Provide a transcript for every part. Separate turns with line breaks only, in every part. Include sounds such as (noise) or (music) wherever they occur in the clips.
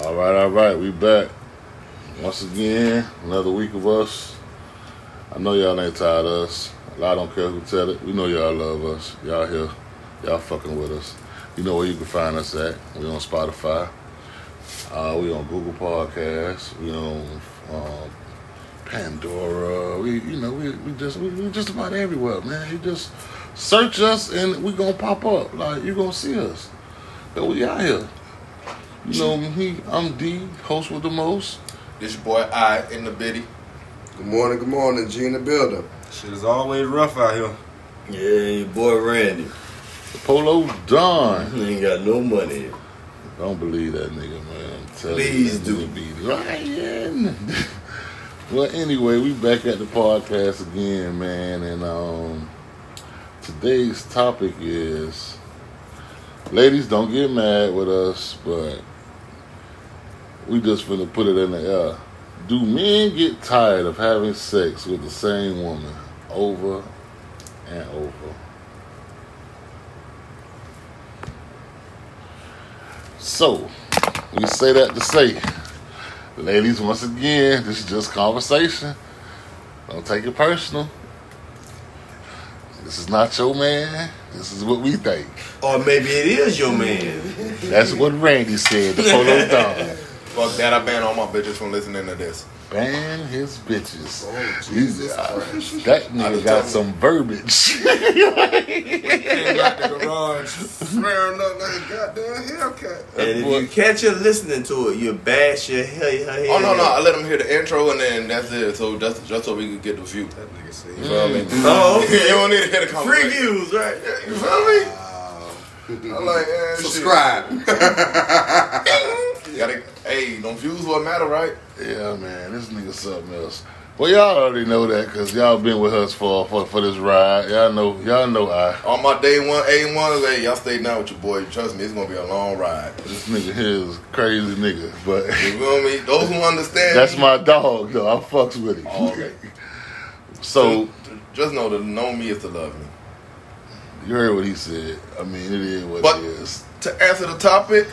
All right, all right, we back once again. Another week of us. I know y'all ain't tired of us. I don't care who tell it. We know y'all love us. Y'all here. Y'all fucking with us. You know where you can find us at. We on Spotify. Uh, we on Google Podcasts. We on um, Pandora. We, you know, we, we just we, we just about everywhere, man. You just search us and we gonna pop up. Like you gonna see us. And we out here. You know me. I'm D, host with the most.
This your boy I in the biddy.
Good morning, good morning, G in the building.
Shit is always rough out here.
Yeah, your boy Randy. (laughs)
Polo Don.
He ain't got no money.
Don't believe that nigga, man. I'm telling
Please
you, that
do.
nigga Be lying. (laughs) well, anyway, we back at the podcast again, man, and um, today's topic is, ladies, don't get mad with us, but we just finna put it in the air. Do men get tired of having sex with the same woman over and over? So, we say that to say, ladies, once again, this is just conversation. Don't take it personal. This is not your man. This is what we think.
Or maybe it is your (laughs) man.
That's what Randy said. The polo dog.
(laughs) Fuck that, I ban all my bitches from listening to this.
Ban his bitches.
Oh,
He's-
Jesus
uh,
Christ.
that nigga got some verbiage.
(laughs)
Came out the garage.
Swearing up like a goddamn Hellcat. (laughs)
And if you catch her listening to it, you bash your head. Her head
Oh no no, I let them hear the intro and then that's it. So that's just so we could get the view.
That nigga said,
You feel me?
Oh,
(laughs) You
okay.
don't need to hear the conversation.
Previews, right?
You feel me?
Wow.
I'm like, eh, shit.
Subscribe.
You gotta, hey, them views what matter, right?
Yeah, man, this nigga something else. Well, y'all already know that because y'all been with us for, for for this ride. Y'all know, y'all know I.
On my day one, A one, hey, y'all stay down with your boy. Trust me, it's gonna be a long ride.
This nigga here is a crazy nigga, but. (laughs)
You feel me?
(laughs)
Those who understand,
That's my dog, though. I fucks with him.
Oh, okay.
(laughs) So
just know to know me is to love me.
you heard what he said. I mean, it is what
But-
it is.
to answer the topic,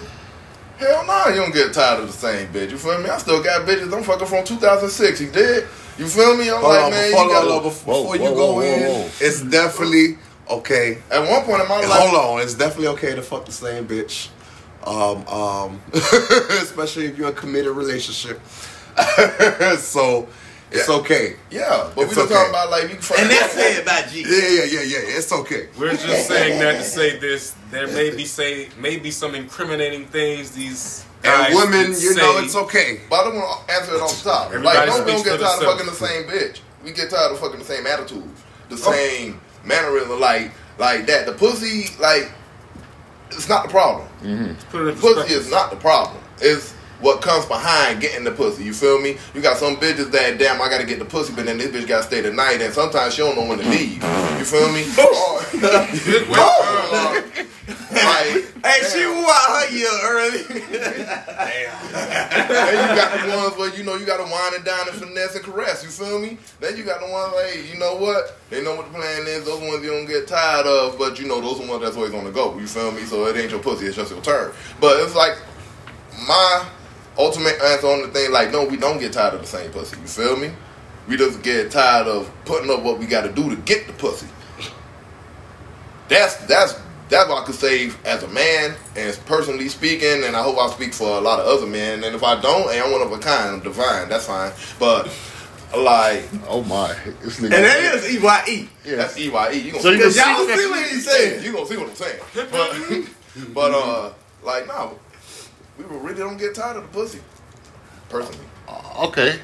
hell no, you don't get tired of the same bitch. You feel me? I still got bitches I'm fucking from 2006. You did? You feel me? I'm
Hold
like,
on,
man,
hold on,
you gotta-
hold on, before,
Whoa,
before you
whoa,
go
whoa,
in,
whoa, whoa.
it's definitely okay.
At one point in my life,
Hold on, it's definitely okay to fuck the same bitch. Um, um, (laughs) especially if you're in a committed relationship. (laughs) so it's
Yeah.
okay.
yeah, but
It's
we just
okay.
talking about like you. Can
And that's it by G.
Yeah, yeah, yeah, yeah. It's okay.
We're just saying that to say this. There may be say maybe some incriminating things these guys
And women,
could
you
say.
know, it's okay.
But I don't want to answer it on top. Like,
Everybody
no, we don't
speaks
get
for
tired of
themselves. Oh.
fucking the same bitch. We get tired of fucking the same attitudes, the same mannerism, like like that. The pussy, like, it's not the problem.
Put it in
Pussy is
perspective.
not the problem. It's what comes behind getting the pussy. You feel me? You got some bitches that damn, I gotta get the pussy, but then this bitch gotta stay the night, and sometimes she don't know when to leave. You feel me? Or-
(laughs) Good way.
or, (laughs) like,
Hey, she wowed her year early.
then you got the ones where you know you gotta wind and dine and finesse and caress. You feel me? Then you got the ones like, hey, you know what? They know what the plan is. Those ones you don't get tired of, but you know those are the ones that's always on the go. You feel me? So it ain't your pussy. It's just your turn. But it's like my ultimate answer on the thing. Like, no, we don't get tired of the same pussy. You feel me? We just get tired of putting up what we got to do to get the pussy. That's that's that's what I could say as a man and personally speaking, and I hope I speak for a lot of other men. And if I don't, hey, I'm one of a kind, I'm divine. That's fine. But like
Oh my, this nigga.
and that is E EYE.
Yeah.
that's EYE. You gonna
So you can
see
Because
see
y'all see what he's (laughs) saying.
you gonna see what I'm saying. But but uh, like no, we really don't get tired of the pussy. Personally,
okay.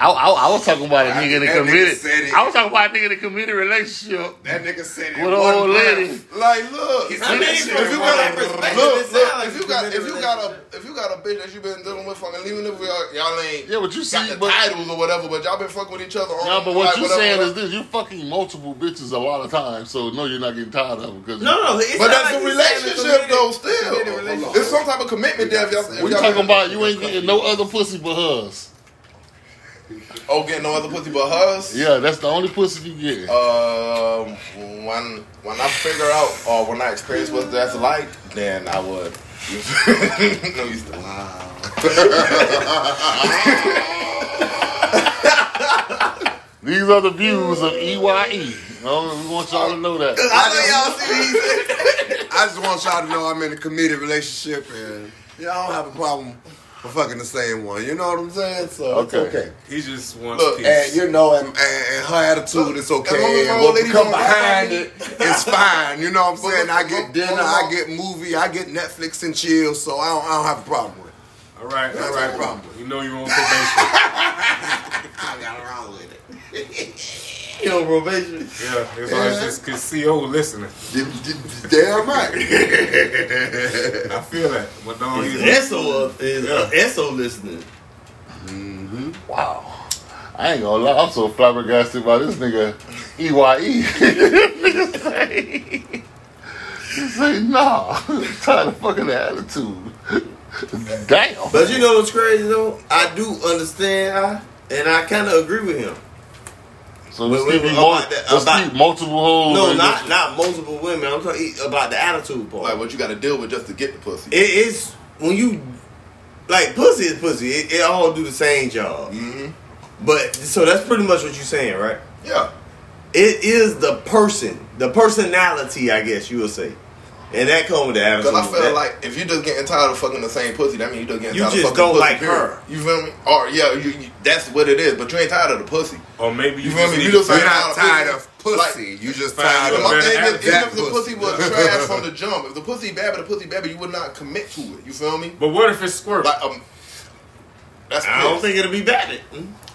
I, I, I was talking about a
I-
nigga in a
that nigga said
committed.
it.
I was talking about a nigga in a committed relationship
That nigga said
with an old lady.
like look.
I mean, if you got a perspective,
Look,
it sound
look,
like
if you got if you got a if you got a bitch that you been dealing with fucking leaving if y'all, y'all ain't
Yeah, but you see,
got the
but,
titles or whatever, but y'all been fucking with each other. on-
no, but what
like,
you
whatever,
saying
whatever.
is this: you fucking multiple bitches a lot of times, so no, you're not getting tired of them because
No, no, it's
But
not
that's
like
a
he's saying it's
relationship
committed-
though.
committed
Still,
relationship.
it's some type of commitment there. If y'all, if
we
y'all
talking about you ain't getting no other pussy but hers.
Oh, getting no other pussy but hers.
Yeah, that's the only pussy you get.
Um, when when I figure out (laughs) or when I experience what that's like, then I would. no, you still.
Wow.
These are the views of E EYE. No, we want y'all to know that.
I know y'all see these. (laughs) I just want y'all to know I'm in a committed relationship and yeah, I don't have a problem with fucking the same one. You know what I'm saying? So
Okay.
it's okay.
He just wants
Look, eh,
peace.
And you know, and, and, and her attitude is
as long
okay.
as my
And
old
what
lady
come
don't rap
behind
on me.
it, it's fine. You know what I'm
But
saying? I
look,
get
look,
dinner,
look,
I
look.
get movie, I get Netflix and chill. So I don't, I don't have a problem with it.
all right, all
That's
right.
no problem.
You know you're on probation.
(laughs)
I got around with it.
You know, probation.
yeah, as long as this could see old listening.
D- d- d- Damn right.
(laughs)
I feel that. But don't
Is
he's
ESO up? Is uh, ESO listening?
Wow. I ain't gonna lie, I'm so flabbergasted by this nigga E (laughs) EYE. nigga say, (laughs) he say, nah, (laughs) tired of fucking the attitude. (laughs) Damn.
But you know what's crazy though? I do understand, I, and I kind of agree with him.
So let's
Wait, wait,
keep,
wait,
mul-
about that-
let's
about-
keep multiple holes.
No,
in
not
this-
not multiple women. I'm talking about the attitude part.
Like what you got to deal with just to get the pussy.
It is when you like pussy is pussy. It, it all do the same job.
Mhm.
But so that's pretty much what you're saying, right?
yeah.
It is the person, the personality, I guess you would say, and that comes with the attitude.
Because I feel
That-
like if you're just getting tired of fucking the same pussy, that means you're just getting
You
tired
just
of fucking
don't
pussy,
like
period.
her.
You feel me? Or yeah, you, you, that's what it is. But you ain't tired of the pussy.
Or maybe you,
You feel
just
me?
need
You
to
just
figure
You're
ain't
out-
not tired of pussy. You just
Fine,
tired
you
And
a
my
better
of.
thing is,
attitude.
even if the
That
pussy was
(laughs)
trash from the jump, if the pussy bad but the pussy bad, but you would not commit to it. You feel me?
But what if it's squirt?
Like um, that's
I don't
piss.
think it'll be bad.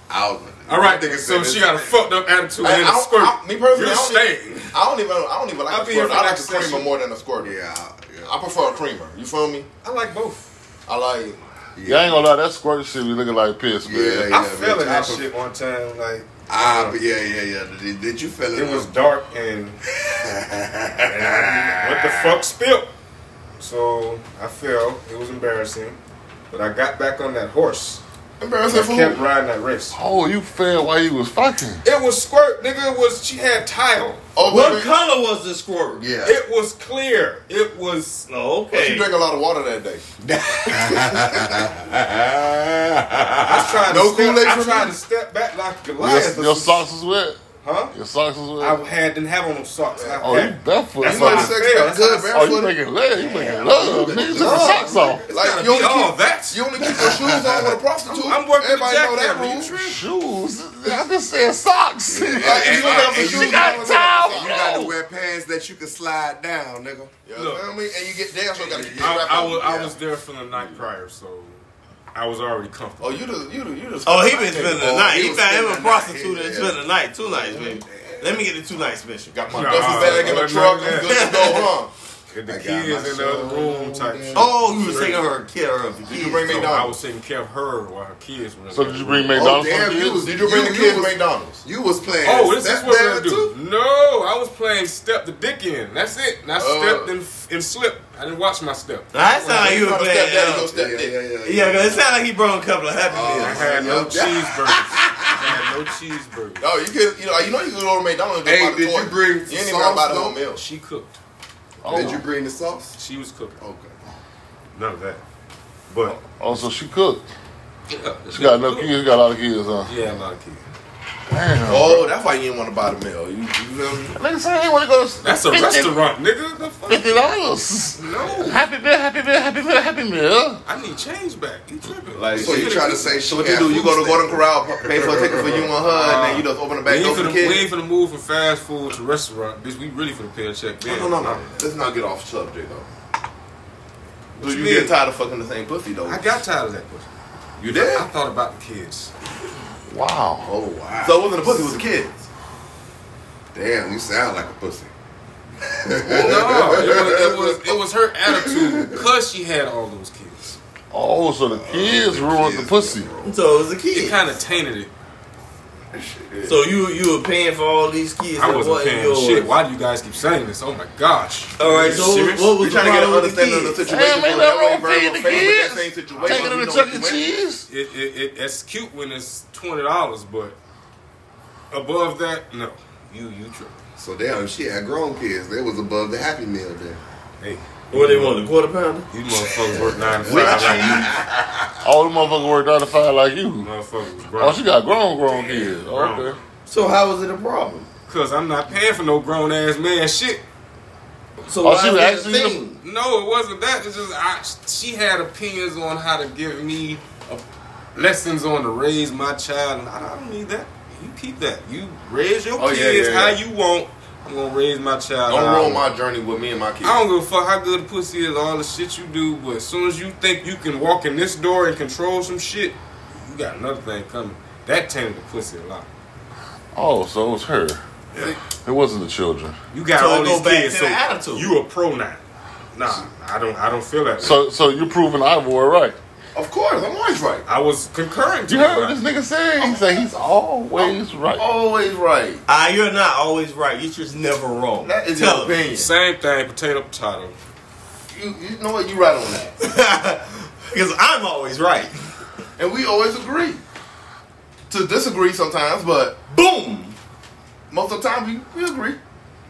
I was-
all right,
that nigga
so
said
she
it.
got a fucked up attitude
Like,
and
I
a
don't-
squirt.
I- me personally,
you're
I don't
staying.
I don't even I don't even like
I'll
a
be here
squirt.
for
I like
that
a creamer
session.
more than a squirt.
Yeah. yeah.
I prefer a creamer. You feel me?
I like both.
I like
Y'all ain't gonna lie, that squirt shit be looking like piss, man.
Yeah,
I fell
bitch,
in
I
that
pref-
shit one time. Like
Ah, but yeah, yeah, yeah. Did, did you feel
it
(laughs)
was dark and, and I- what the fuck spilt. So I fell. It was embarrassing, but I got back on that horse.
embarrassing
I kept
food.
riding that race.
Oh, you fell while you was fucking.
It was squirt, nigga. It was she had tile.
Oh,
What
but
color was the squirt?
Yeah.
It was clear. It was
Oh,
you
okay.
drink a lot of water that day.
I was trying
No
to step,
Kool-Aid
I
for
tried
me?
to step back like Goliath.
Your, your socks was wet.
Huh?
Your socks was wet.
I had didn't have on no socks. I
oh, you
had-
barefoot.
That's
You
why
know
I
the
Like,
sex
fell.
got good
That's
oh, you
barefoot.
making love. You making love. Nigga, you took your socks off.
Like
You
you only
only
keep
all that.
You only keep your shoes on with a prostitute.
I'm working the
Everybody know that
jackhammer,
rule.
you tripping?
Shoes. I just said socks. (laughs)
Like, if you don't have
And
the
you
shoes on,
got
it's
towel.
outside.
You got to wear pants that you can slide down, nigga.
You
Look.
feel me? And you get down, so you gotta get your
I,
wrap
I,
on.
was, I
Yeah.
was there from the night prior, so I was already comfortable.
Oh, you the you the you the.
Oh, he been spending the
Oh,
night.
he
He
was
found him
spending
a
the night.
prostitute and
Yeah.
spending the night, two nights, baby. Let me get the two night special.
Got my
Nah,
duffel bag in the
I know
truck.
that.
I'm good to go, huh?
And the
I got my
kids in the other room type shit.
Oh, you was taking her care of the
Did you
kids.
bring
So
McDonald's?
I was taking care of her while her kids were. in
So
the
did you
room.
bring
Oh,
McDonald's
damn,
for
you was,
kids?
Did you bring the kids
was,
McDonald's?
You was playing.
Oh, this is
step
what I
dad,
do.
too?
No, I was playing step the dick in. That's it. And I stepped
Oh.
and, and slipped. I didn't watch my step.
That sound like you
You
were
gotta step
playing.
daddy, go
uh,
step dick.
Yeah, 'cause it sound like he brought a couple of happy
I
meals.
Oh,
had no
yeah.
cheeseburgers. I had no cheeseburgers.
No, you could, you know, you know, you could go to McDonald's. and
Hey,
buy the
did
toy.
you bring
You ain't even
sauce,
about the
though?
whole meal.
She cooked.
Oh.
Did you bring the sauce?
She was cooking.
Okay.
None of that. But
Oh, so she cooked.
yeah,
She got enough kids. Got a lot of kids, huh?
Yeah, a lot of kids.
Damn.
Oh, that's why you didn't want to buy the meal. You, you feel me?
Nigga say they want to go to
That's a
50
restaurant, nigga. The fuck?
Fifty dollars.
No,
Happy meal. Happy meal. Happy meal. Happy meal.
I need change back. You tripping?
Like,
So you trying to say she
So what you
had
do? You go
food
to Golden
stamp.
Corral, pay for a ticket for you and her, and then you just open the
we
back
ain't,
door for
finna,
the
we
kids.
ain't finna move from fast food to restaurant, bitch. We really finna pay a check. Then.
No, no, no. Let's not get off subject though.
What
Do
you
you
mean?
get tired of fucking the same pussy though?
I got tired of that pussy.
you did.
I thought about the kids.
Wow.
Oh wow.
So it wasn't a pussy, it was the kids.
damn, you sound like a pussy.
No, it was, it was it was her attitude because she had all those kids.
Oh, so the kids ruined the
kids,
pussy.
So it was a
It
kid.
kind of tainted it.
So you you were paying for all these kids.
I
and
wasn't
wasn't
paying
yours.
shit. Why do you guys keep saying this? Oh my gosh.
All right,
Are you
so
serious?
what
We
was the
trying to get an
problem with
understanding of
the kids?
the situation.
Damn,
so
ain't
that way
nothing wrong
we're
feeding the
faced with that
kids.
same situation,
Taking
we
them to
know
Chuck E.
what you went-
Cheese.
It, it, it it's cute when it's twenty dollars, but above that, no. You you tripping.
So damn, she had grown kids. They was above the happy meal then.
Hey,
(laughs)
What they want, a quarter pounder?
these motherfuckers work nine to five like
All the motherfucker worked out to fight like you.
Motherfucker was
Oh, she
broke.
got grown, grown kids. Oh,
Grown.
okay.
So how is it a problem?
Cause I'm not paying for no grown ass man shit.
So
Oh,
why
she
is
was
that a
actually-
thing?
No, it wasn't that. It's just I, she had opinions on how to give me uh lessons on to raise my child, and I, I don't need that. You keep that. You raise your
Oh,
kids
yeah, yeah,
how
yeah.
you want. I'm gonna raise my child.
Don't
how I
ruin
want.
my journey with me and my kids.
I don't give a fuck how good the pussy is, all the shit you do, but as soon as you think you can walk in this door and control some shit, you got another thing coming. That tainted the pussy a lot.
Oh, so it was her. It wasn't the children.
You got
So it
all
goes
these
back
kids,
to
so
the attitude.
you a pro now. Nah, I don't. I don't feel that. way.
So, so you're proving I wore right.
Of course, I'm always right.
I was concurring to
You
you.
heard what this nigga said? He said he's always right.
Always right.
Ah, you're not always right. You're just never wrong.
That is
Tell
your
him.
opinion.
Same thing, potato, potato.
You, you know what? You right on that.
(laughs) Because I'm always right.
And we always agree. To disagree sometimes, but
Boom.
most of the time we, we agree.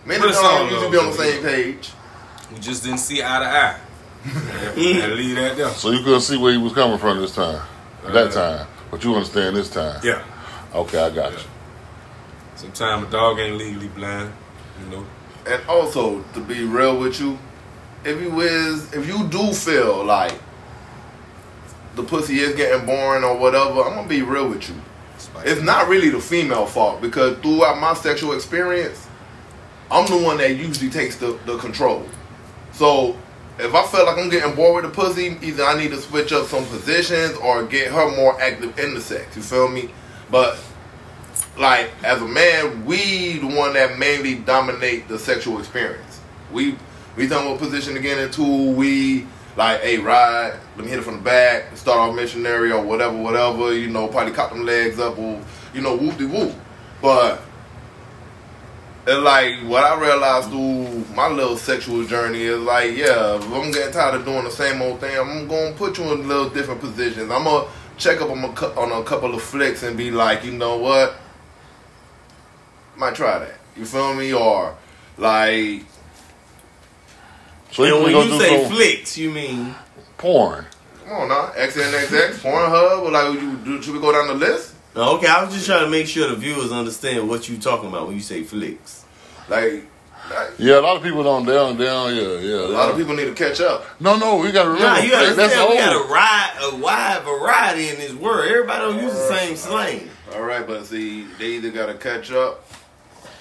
Men
But
and
it's all
women usually be on the
love,
same page.
We just didn't see eye to eye. (laughs) and leave that there.
So you couldn't see where he was coming from this time, that
Uh,
time, but you understand this time.
Yeah.
Okay, I got you.
Sometimes a dog ain't legally blind. You know.
And also, to be real with you, if you is if you do feel like the pussy is getting boring or whatever, I'm gonna be real with you. It's not really the female fault because throughout my sexual experience, I'm the one that usually takes the, the control. So if I feel like I'm getting bored with the pussy, either I need to switch up some positions or get her more active in the sex. You feel me? But like as a man, we the one that mainly dominate the sexual experience. We we talking about position again and two. We like, hey, ride. Let me hit it from the back. Start off missionary or whatever, whatever. You know, probably cop them legs up or you know, whoop de whoop. But and like what I realized through my little sexual journey is like, yeah, if I'm getting tired of doing the same old thing, I'm gonna put you in little different positions. I'm gonna check up on a, cou- on a couple of flicks and be like, you know what, might try that. You feel me? Or like,
So you can
and when
go
you
do
say
some
flicks, you mean
porn.
come on now, XNXX, Pornhub, or like, you, do, should we go down the list?
No, okay, I was just trying to make sure the viewers understand what you talking about when you say flicks.
Like, like,
Yeah, a lot of people don't down down. Yeah, yeah.
a lot of people need to catch up.
No, no, we gotta remember.
Nah, you gotta
that's
understand we got
old.
a ride a wide variety in this world. Everybody don't use the same slang.
All right, but see, they either gotta catch up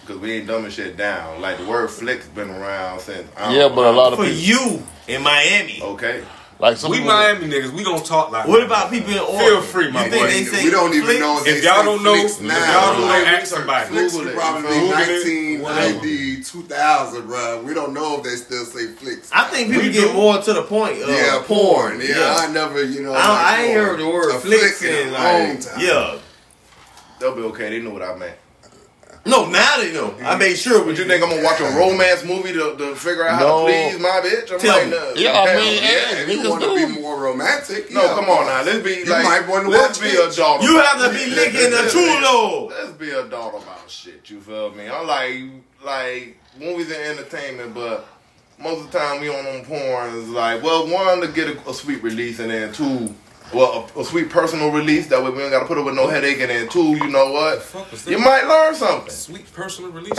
because we ain't dumbing shit down. Like the word flick's been around since. I don't
Yeah,
know.
but a lot of
For
people
you in Miami.
okay.
like some
We
people.
Miami niggas. We gonna talk like.
What
that.
about people in Oregon?
free, my
you think
boy.
They say
we don't even know
flicks?
If y'all don't know- if
now,
y'all don't know,
like,
ask somebody.
Flicks
Google
was
it.
probably
Google it.
1990, 2000, bruh. We don't know if they still say flicks.
I think people
We
get
do.
more to the point. Of
yeah, porn. Yeah, I never, you know.
I,
like
I ain't
porn.
heard the word
A
flicks
flick
in
a long
like
time.
yeah.
They'll be okay. They knew what I meant.
No, now they know. I made sure.
But you
(laughs)
think I'm gonna watch a romance movie to, to figure out
No.
how to please my bitch? I'm
Tell
like,
me.
no.
Yeah,
Hell
I mean,
yeah.
yeah,
If you
niggas
want to
do.
be more romantic,
No,
yeah.
come on now. Let's be
You
like,
might wanna
let's
watch
be
it.
adult.
You
about
have to be licking
(laughs)
(laughs)
the chulo.
Let's be adult about shit. You feel me? I like like movies and entertainment, but most of the time we on on porn is like, well, one to get a, a sweet release, and then two, well, a, a sweet personal release. That way we don't gotta put up with no headache, and then two, you know what?
fuck was that?
You might learn something.
Sweet personal release.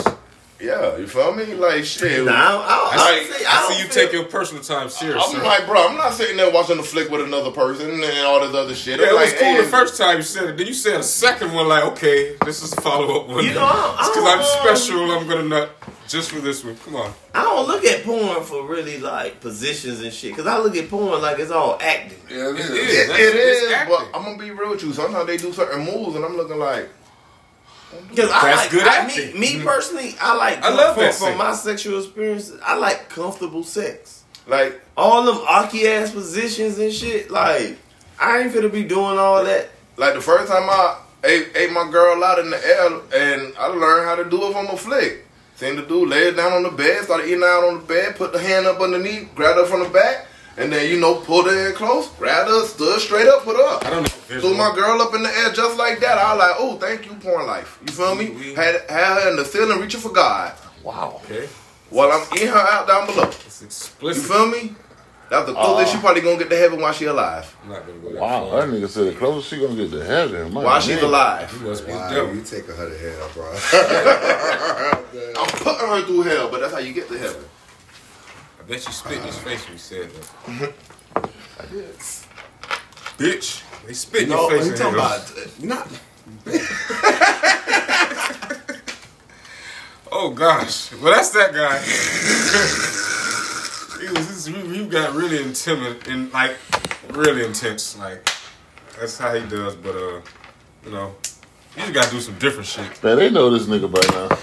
Yeah, you feel me? Like shit.
Nah, I, I,
I
I,
see,
say, I
I
don't
see you
feel-
take your personal time serious.
I'm
sir.
like, bro, I'm not sitting there watching the flick with another person and all this other shit.
Yeah,
I'm
it
like,
was cool
hey,
the first time you said it. Then you said a second one, like, okay, this is a follow up one.
You know, I- I
because I'm
don't-
special. I'm gonna nut just for this one. Come on,
I don't look at porn for really like positions and shit. Cause I look at porn like it's all acting.
Yeah, it
It
is.
is.
It,
That's-
it
it's
is,
acting.
but I'm gonna be real with you. Sometimes they do certain moves, and I'm looking like,
Cause I
That's
like,
good
I, me,
acting. Mm-hmm.
me personally, I like.
I love
for,
that
for
sex.
my sexual experiences. I like comfortable sex.
like
All them awky ass positions and shit. Like I ain't finna be doing all that.
Like the first time I ate, ate my girl out in the air, and I learned how to do it from a flick. Seen the dude lay it down on the bed, started eating out on the bed, put the hand up underneath, grabbed her from the back, and then you know pulled her in close, grabbed her, stood straight up, put her
I
up.
don't know.
Threw my girl up in the air just like that. I was like, oh, thank you, porn life. You feel me? Had, had her in the ceiling reaching for God
Wow.
Okay,
while I'm eating her out down below.
it's
You
explicit.
feel me? That's the closest
Uh.
she probably gonna get to heaven while she alive.
I'm not gonna go that
Wow,
far.
that nigga said the closest she gonna get to heaven. My
While she's
nigga.
alive.
You must be the
Wow,
devil.
you taking her to hell,
(laughs)
bro.
I'm putting her through hell, but that's how you get to heaven.
I bet you spit in his face when you said that. Bitch, they spit in
no,
your face.
you
in
talking
here.
about not
Oh gosh. Well, that's that guy. (laughs) he was, this, we, we got really intimate and like really intense. Like that's how he does. But uh, you know, you just gotta do some different shit.
Man, they know this nigga by now.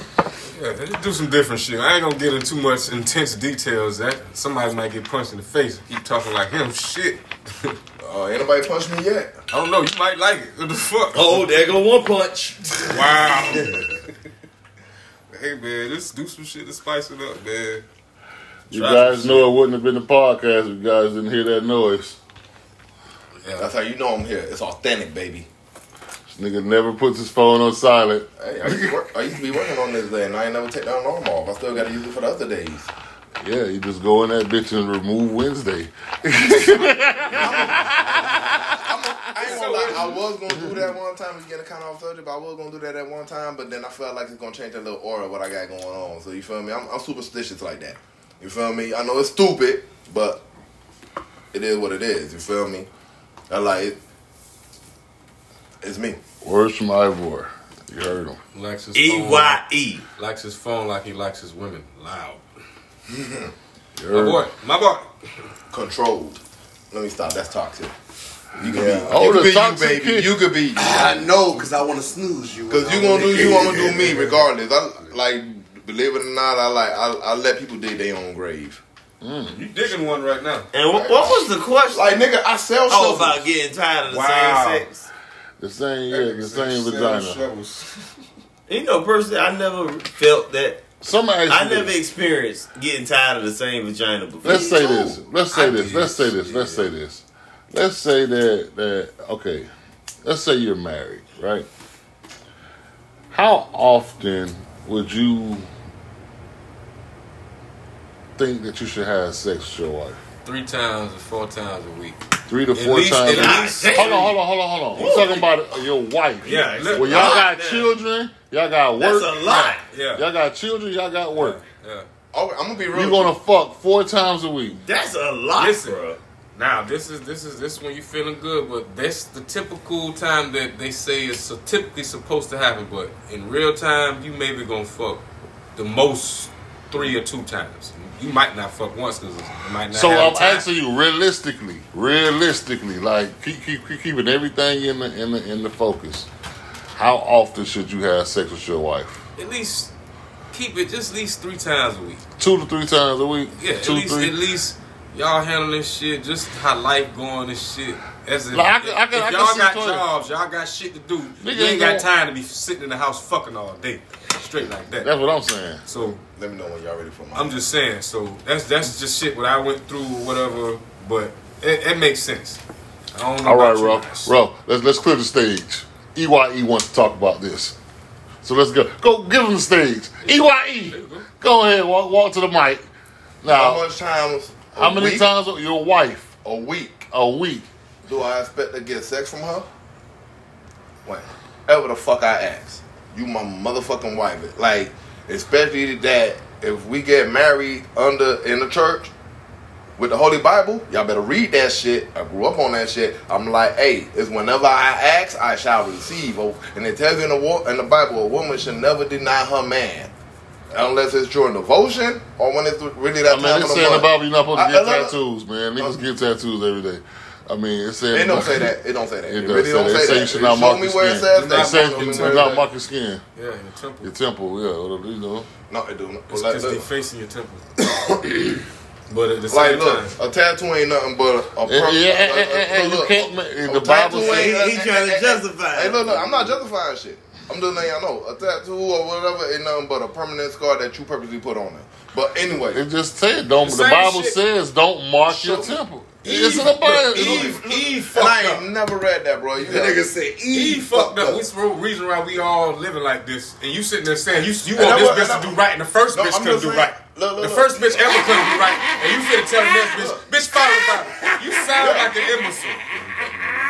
Yeah, just do some different shit. I ain't gonna get into too much intense details. That somebody might get punched in the face. if you Keep talking like him. Shit.
Uh,
Oh, ain't nobody punched me yet.
I don't know. You might like it. What the fuck?
Oh, there go one punch.
Wow. (laughs) hey man, let's do some shit to spice it up, man.
You
Traffic
guys know it wouldn't have been a podcast if you guys didn't hear that noise.
That's how you know I'm here. It's authentic, baby.
This nigga never puts his phone on silent.
Hey, I used, to work, I used to be working on this day, and I ain't never take that arm off. I still gotta use it for the other days.
Yeah, you just go in that bitch and remove Wednesday. (laughs)
I ain't gonna lie, I was gonna do that one time. It's getting kind of off subject, but I was gonna do that at one time. But then I felt like it's gonna change that little aura of what I got going on. So you feel me? I'm, I'm superstitious like that. You feel me? I know it's stupid, but it is what it is. You feel me? I like it. It's me.
Words from Ivor. You heard him.
Likes his
E Y E.
Likes his phone like he likes his women. Loud.
You
My
heard
boy.
him.
My boy.
Controlled. Let me stop. That's toxic. You can be.
Oh, the
you could be you,
toxic
baby.
kid.
You could be.
I know, cause I want to snooze you.
Cause you gonna do you, I'm gonna do me regardless. I like believe it or not. I like I, I let people dig their own grave.
You digging one right now.
And what, what was the question?
Like nigga, I sell shit.
oh, about getting tired of the
Wow.
same sex.
The same, yeah, the same vagina.
You know, personally, I never felt that.
Somebody
I
asked me
never
this.
experienced getting tired of the same vagina before.
Let's say
Me
this.
too.
Let's say
I
this.
did.
Let's say this. Let's say this. Let's say that that okay. Let's say you're married, right? How often would you think that you should have sex with your wife?
Three times or four times a week.
Three to
At
four
least-
times.
at least-
hold on, hold on, hold on, hold on. We're talking about uh, your wife.
Yeah, look-
Well, y'all got
Goddamn.
children. Y'all got
That's
work.
a lot.
Yeah.
Y'all got children. Y'all got work.
Yeah.
Oh, I'm gonna be real.
You
with
gonna fuck four times a week?
That's a lot,
Listen.
bro.
Now this is this is this when you feeling good, but that's the typical time that they say is so typically supposed to happen. But in real time, you maybe gonna fuck the most three or two times. You might not fuck once because it might not.
So
have
I'm
the time.
asking you realistically, realistically, like keep, keep, keep keeping everything in the in the in the focus. How often should you have sex with your wife?
at least keep it just at least three times a week.
Two to three times a week.
Yeah,
two
at least at least y'all handling shit, just how life going and shit. As if,
Like, I can- I can-
if
I can
y'all
see
got
Toya.
jobs, y'all got shit to do.
Nigga
you
ain't
ain't got
gonna-
time to be sitting in the house fucking all day, straight like that.
That's what I'm saying.
so
you. Let me know when y'all ready for my.
I'm just saying. So that's that's just shit what I went through, or whatever. But it, it makes sense. I don't know
All right,
about you
Ro,
guys.
Ro, let's let's clear the stage. EYE wants to talk about this, so let's go. Go give him the stage. EYE, go ahead, walk walk to the mic.
How
Now,
much times? a
how many
week-
times your wife
a week
a week?
do I expect to get sex from her? When? Ever the fuck I ask. You my motherfucking wife. Like, especially that if we get married under in the church with the Holy Bible, y'all better read that shit. I grew up on that shit. I'm like, hey, it's whenever I ask, I shall receive. Oh, And it tells you in the war in the Bible, a woman should never deny her man. Unless it's during devotion or when it's really that
I
time
mean,
of
it's
the
saying
month.
about you not supposed to
I-
get
I love-
tattoos, man. Niggas get tattoos every day. I mean, it's saying
It don't say that. It don't say that.
It,
It,
does
really
say
don't
that.
say
It say
that.
you should not
Show
mark
me
your
where it
skin.
says
It
that.
says
Show me
you
where
should
it
not
says
mark your skin,
Yeah, in the temple.
your temple. Yeah, or, you know.
that. No, it do. not.
It's
Like,
because they
look.
facing
(coughs)
your temple. but at the
Like,
same time,
look, a tattoo ain't nothing but a purple.
Yeah, yeah, yeah, yeah, yeah, you can't. ma- The Bible
tattoo
says.
ain't- He- he tryna justify
Hey,
it.
look, look, I'm not justifying shit. I'm just letting y'all know. A tattoo or whatever ain't nothing but a permanent scar that you purposely put on it. But anyway,
It just said don't.
The
The,
same
Bible
shit.
says don't mark your temple. it's in the Bible.
Eve, Eve
and I
fucked up.
ain't never read that, bro. You
The nigga
gotta-
said E,
He fucked up. What's the reason why we all living like this? And you sitting there saying you you
And
want
I
this
wa- and
bitch
I-
to do right, and the first
No,
bitch
I'm
couldn't
just
do
saying,
right.
Look, look,
The
look.
first bitch ever couldn't be right, and you finna tell the next bitch, bitch, follow
(laughs)
by. You sound like an imbecile.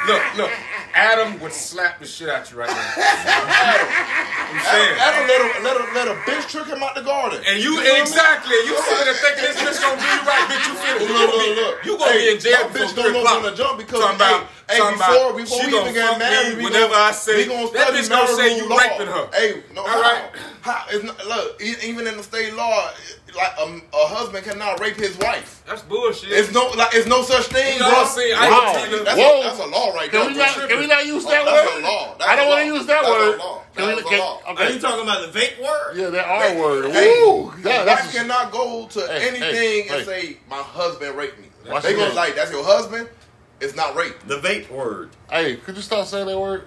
Look, look, Adam would slap the shit out you
(laughs)
right now. I'm saying.
Ever let a, let a, let a bitch trick him out the garden.
And you exactly, you sitting there thinking this bitch gonna do you right, bitch. You finna
Look,
you gonna
look,
be,
look.
you gonna
Hey,
be in jail
my
before
bitch
three
don't know
o'clock.
when to jump because
Talking about-
hey, hey,
talking about
before before
she
we
gonna
even got
fuck
married,
me
we
whenever
gonna,
I say-
we gonna
that
study
bitch gonna say
marital
you
law.
raping her.
Hey, no,
All
how?
right.
How? It's not, look, e- even in the state law, like um, a husband cannot rape his wife.
That's bullshit.
It's no like it's no such thing,
Y'all
bro.
seen- I
Wow.
ain't seen-
that's,
Whoa.
A, that's a law right there.
Can we not? Can we not use that
That's a
word?
law. That's
I don't
a
want
law.
to use that
That's a
word.
law.
Can we?
That's a
Can,
law.
Are
okay.
you talking about the vape word?
Yeah, that R word.
Hey,
Ooh, that,
That's
that's.
wife cannot go to
Hey,
anything
hey,
and say my husband raped me.
Watch
they
your
gonna
mouth.
like that's your husband. It's not rape.
The vape word.
Hey, could you stop saying that word?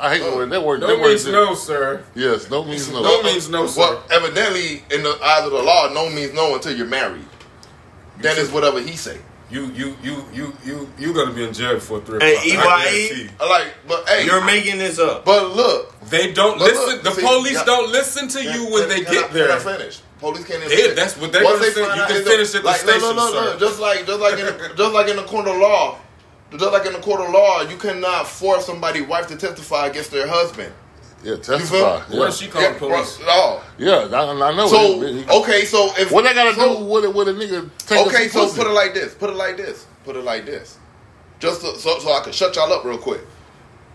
I hate that
Oh.
word. That word.
no
that word
means
is-
no, sir.
Yes, no means no.
No means no, sir.
Well, evidently, in the eyes of the law, no means no until you're married. That is whatever he say.
You you you you you you gonna be in jail before three
Hey,
o'clock. I
EYE.
guarantee you.
I Like, but hey,
You're making this up.
but look,
They don't
But
listen.
look,
the
see,
police
yeah.
don't listen to you
Can-
when they
can
get
I-
there.
Can I finish? Police can't.
Yeah,
finish.
that's what they're
Once
gonna
they
say.
find
You
out
can
it's a-
finish at the
like, no, no,
station,
no, no.
sir.
Just like, just like, in the, just like in the court of law, just like in the court of law, you cannot force somebody's wife to testify against their husband.
Yeah, testify.
What
Yeah,
if she called the
bro,
police?
no.
yeah I, I know.
oh, So
it,
okay, so if
What I gotta
so-
do with it with a nigga? Take
Okay,
some
so
pussy?
put it like this. Put it like this. Put it like this. Just so, so, so I can shut y'all up real quick.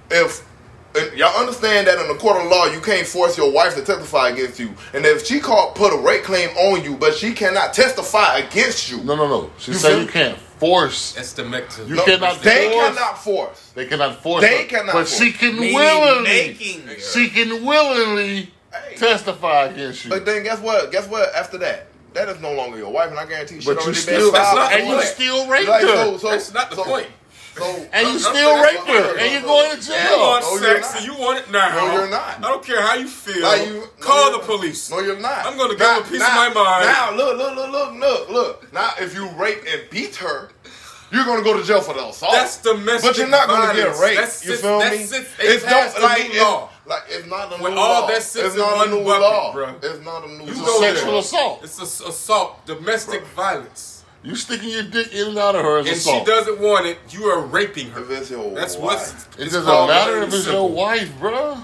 If and y'all understand that in the court of law, you can't force your wife to testify against you, and if she called put a rape claim on you, but she cannot testify against you,
No, no, no. She
You
said
feel
you
me?
can't force.
That's the mectin.
You
No,
cannot
They
force-
cannot force.
They cannot force.
They
her,
cannot
But
force.
she can
Meaning
willingly.
making.
She can willingly
Hey.
testify against you.
But then guess what? Guess what? After that, that is no longer your wife, and I guarantee she
But
already
you
been
still,
that's
filed
not
and
for
you
that.
still raped
Like,
her,
so- so-
That's not the
so-
point.
So
and you
that's-
still
that's
raped
what I'm
her,
saying.
and you're going to
You want
jail.
No, you're
sex
not.
and you want it now.
No, you're not.
I don't care how you feel.
Now you-
Call
no,
the
you're-
police.
No, you're not.
I'm gonna give
Now-
him a piece
now-
of my mind.
Now, look, look, look, look, look, look. Now, if you rape and beat her, you're gonna go to jail for the assault.
That's domestic
But you're not gonna get
violence.
raped.
That's
you
sits-
feel
that
me?
sits- they passed a new
it's-
law.
like it's not a
When
new
all
law.
that sits
it's
in
not
one
a new
bucket,
law.
bruh.
It's not a new
You
law.
go there.
Sexual assault.
It's ass- assault, domestic violence.
You sticking your dick in and out of her is
And
assault.
she doesn't want it. You are raping her.
If it's your
That's
wife.
what's.
it
it's
doesn't
called
matter
plain
if it's
simple.
your wife, bruh.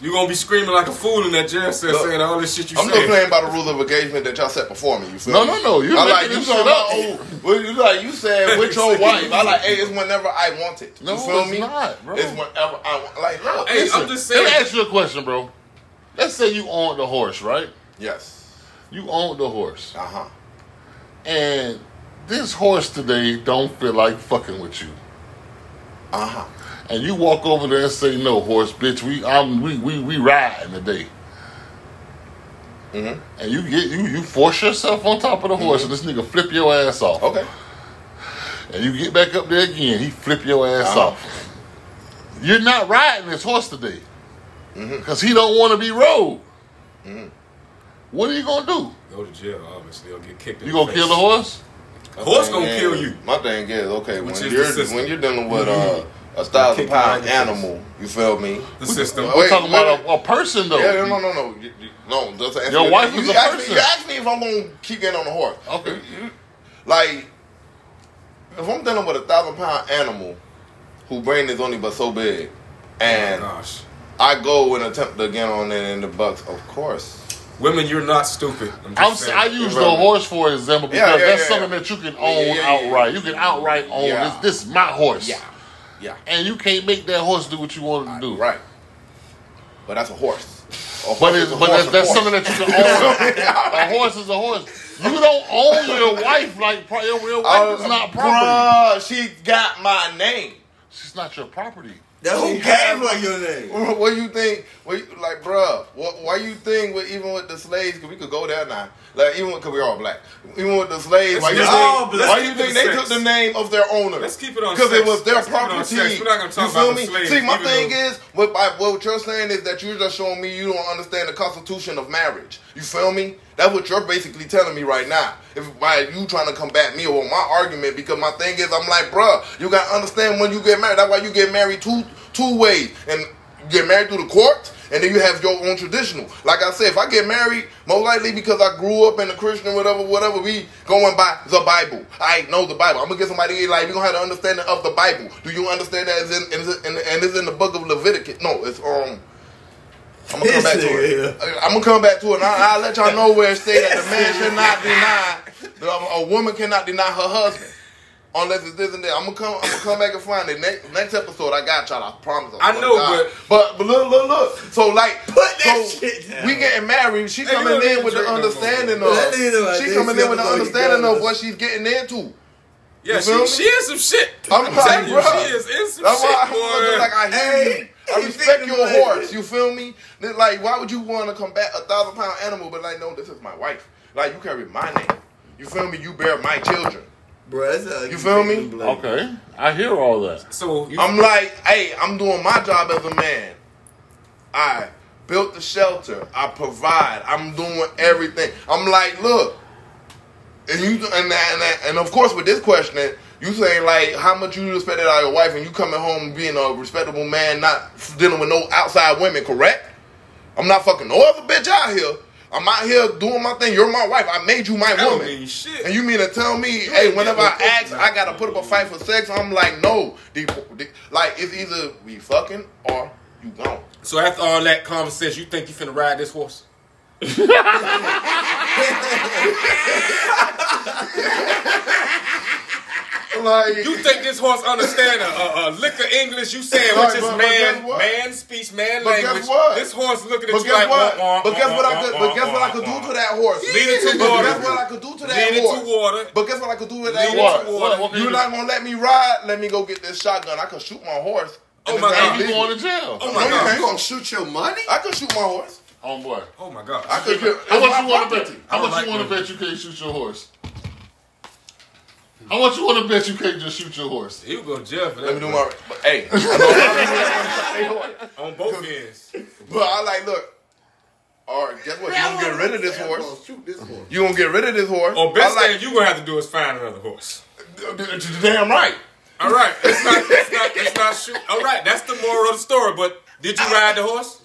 You're gonna be screaming like a fool in that jail cell,
Look,
saying all this shit you
I'm just
said.
playing by the rules of engagement that y'all set before me. You feel
No,
me?
no, no. You're
I
making
like you
this
talking
shit
about
up.
oh, well, you like you said
(laughs)
with your wife. I like hey, it's whenever I want it. You
No,
feel
it's
me?
not, bro.
It's whenever I want. Like no,
Hey,
listen.
I'm just
Let me
saying.
ask you a question, bro. Let's say you own the horse, right?
yes.
You own the horse,
Uh huh.
and this horse today don't feel like fucking with you.
Uh huh.
and you walk over there and say, "No, horse, bitch, we I'm we we we riding today."
Mhm.
And you get you you force yourself on top of the horse, and this nigga flip your ass off.
Okay.
And you get back up there again, he flip your ass
Uh-huh.
off. You're not riding this horse today
Mm-hmm.
because he don't want to be rode. What are you gonna do?
Go to jail, obviously. I'll get kicked. in
You gonna
face.
kill the horse?
Horse gonna
Thing
kill
is-
you.
My thing is okay
Which
when
is the
you're
system.
when you're dealing with uh, a thousand
Kick behind
pound
the fence.
animal. You feel me?
The system.
Wait,
We're talking about
wait.
a, a person though.
Yeah, no, no, no, no, You- you- no. That's an answer
Oh. Your
to
wife
that.
is
you
a
asked
person.
Me, you asked me if I'm gonna keep getting on the horse.
Okay.
Like, if I'm dealing with a thousand pound animal, whose brain is only but so big, and
Gosh,
I go and attempt to get on it in the bucks, of course.
women, you're not stupid. I'm just
I'm, si
saying.
use the
Right.
horse for example
Yeah,
because
yeah,
that's
yeah,
something
yeah.
that you can
Yeah, yeah,
own
yeah, yeah.
outright. You can outright own
Yeah.
this. This is my horse.
yeah, Uh,
And you can't make that horse do what you want it to do.
right. But that's a horse. A horse
But
is
it's,
a
but
horse,
that's,
of
that's
course.
something that you can own. a horse is a horse. You don't own your wife like pro- your real wife
Oh,
is not property.
Bruh, she got my name.
She's not your property.
That whole
She
game
had-
like your name.
What you think? What you, like, bruh, what, why you think with, even with the slaves, because we could go there now, like, even because we're all black, even with the slaves, why you
Let's
think,
all black.
why you think they
Let's
took
keep it
the name of their owner?
Let's keep it on
Because it
sex.
was their
Let's keep it on
property.
sex. We're not gonna talk
you feel
about the
me?
slaves,
See, my
even
thing
though-
is, what, I, what you're saying is that you're just showing me you don't understand the constitution of marriage. You feel me? That's what you're basically telling me right now. If by you trying to combat me or my argument, because my thing is, I'm like, bruh, you gotta understand when you get married. That's why you get married two two ways, and get married through the court, and then you have your own traditional. Like I said, if I get married, most likely because I grew up in a Christian, whatever, whatever, we going by the Bible. I know the Bible. I'm gonna get somebody like we gonna have an understanding of the Bible. Do you understand that? It's in, and it's in, and it's in the book of Leviticus. No, it's um. I'm gonna come back to it. I'm gonna come back to it. And I, I'll let y'all know where it states that the man should not deny, that a woman cannot deny her husband. Unless it's this and that, I'm gonna come. I'm gonna come back and find it next next episode. I got y'all. I promise.
I
swear
know,
to God.
but-
but but look look look. So like put
that shit down.
We getting married. She
Hey, you
coming
don't need
in
to
with the
drink no more.
understanding
That nigga
of.
like
She
this,
coming
he
in
don't
with the
know he
understanding
got
of
us.
what she's getting into.
Yeah,
You
she,
feel me?
she is some shit.
I'm
I'm, telling
like,
you,
bruh.
she is in some
That's
shit,
why I'm
boy.
looking like I hear
Hey,
you. I
you
respect
thinking
your
like
horse.
this.
You feel me? Then, Like, why would you want to combat a thousand pound animal? But like, no, this is my wife. Like, you carry my name. You feel me? You bear my children.
Bro, that's how
You feel me?
making blame.
Okay, I hear all that.
so you,
I'm like, hey, I'm doing my job as a man. I built the shelter. I provide. I'm doing everything. I'm like, look, and you and that, and, that, and of course with this questioning, you saying like, how much you respect out of your wife, and you coming home being a respectable man, not dealing with no outside women, correct? I'm not fucking no other bitch out here. I'm out here doing my thing. You're my wife. I made you my
I don't
woman.
mean shit.
And you mean to tell me, hey, whenever I ask, I gotta put up a fight for sex? I'm like, no. The- the- Like, it's either we fucking or you gone.
so after all that common sense, you think you finna ride this horse?
Like,
You think this horse understand a, a, a lick of English you saying,
Right,
which is
but- but guess
man,
what?
man speech, man
But guess
language.
what?
This horse looking at
but
you
guess
like,
what?
"Wah, wah,
But guess what I
wah,
could,
wah,
but guess what I
wah,
could
wah."
do uh, to that horse?
Lead it to
But
water.
guess what I could do to that
Lead it to
horse?
water.
But guess what I could do to that
Lead it to
horse?
water. What- what
can
You're
you
not gonna let me ride? Let me go get this shotgun. I could shoot my horse.
Oh
And
my
it's
God.
not
You
big.
going to jail?
Oh
Oh,
my
No, you
god!
You gonna shoot your money?
I could shoot my horse.
boy.
Oh my god!
I could.
How much you want to bet?
I
How
don't
much you want
like
to
women.
bet you can't shoot your horse? How much you want to bet you can't just shoot your horse?
You go to jail for that.
Let me do my. But, hey,
on both ends.
(laughs) but I like look. All right, guess what? You gonna get rid of this
I'm
horse?
gonna shoot this horse.
(laughs) You gonna get rid of this horse?
Or best
I like-
thing you gonna have to do is find another horse.
Damn right.
All right, it's not, it's not, it's not shoot. All right, that's the moral of the story. But did you ride the horse?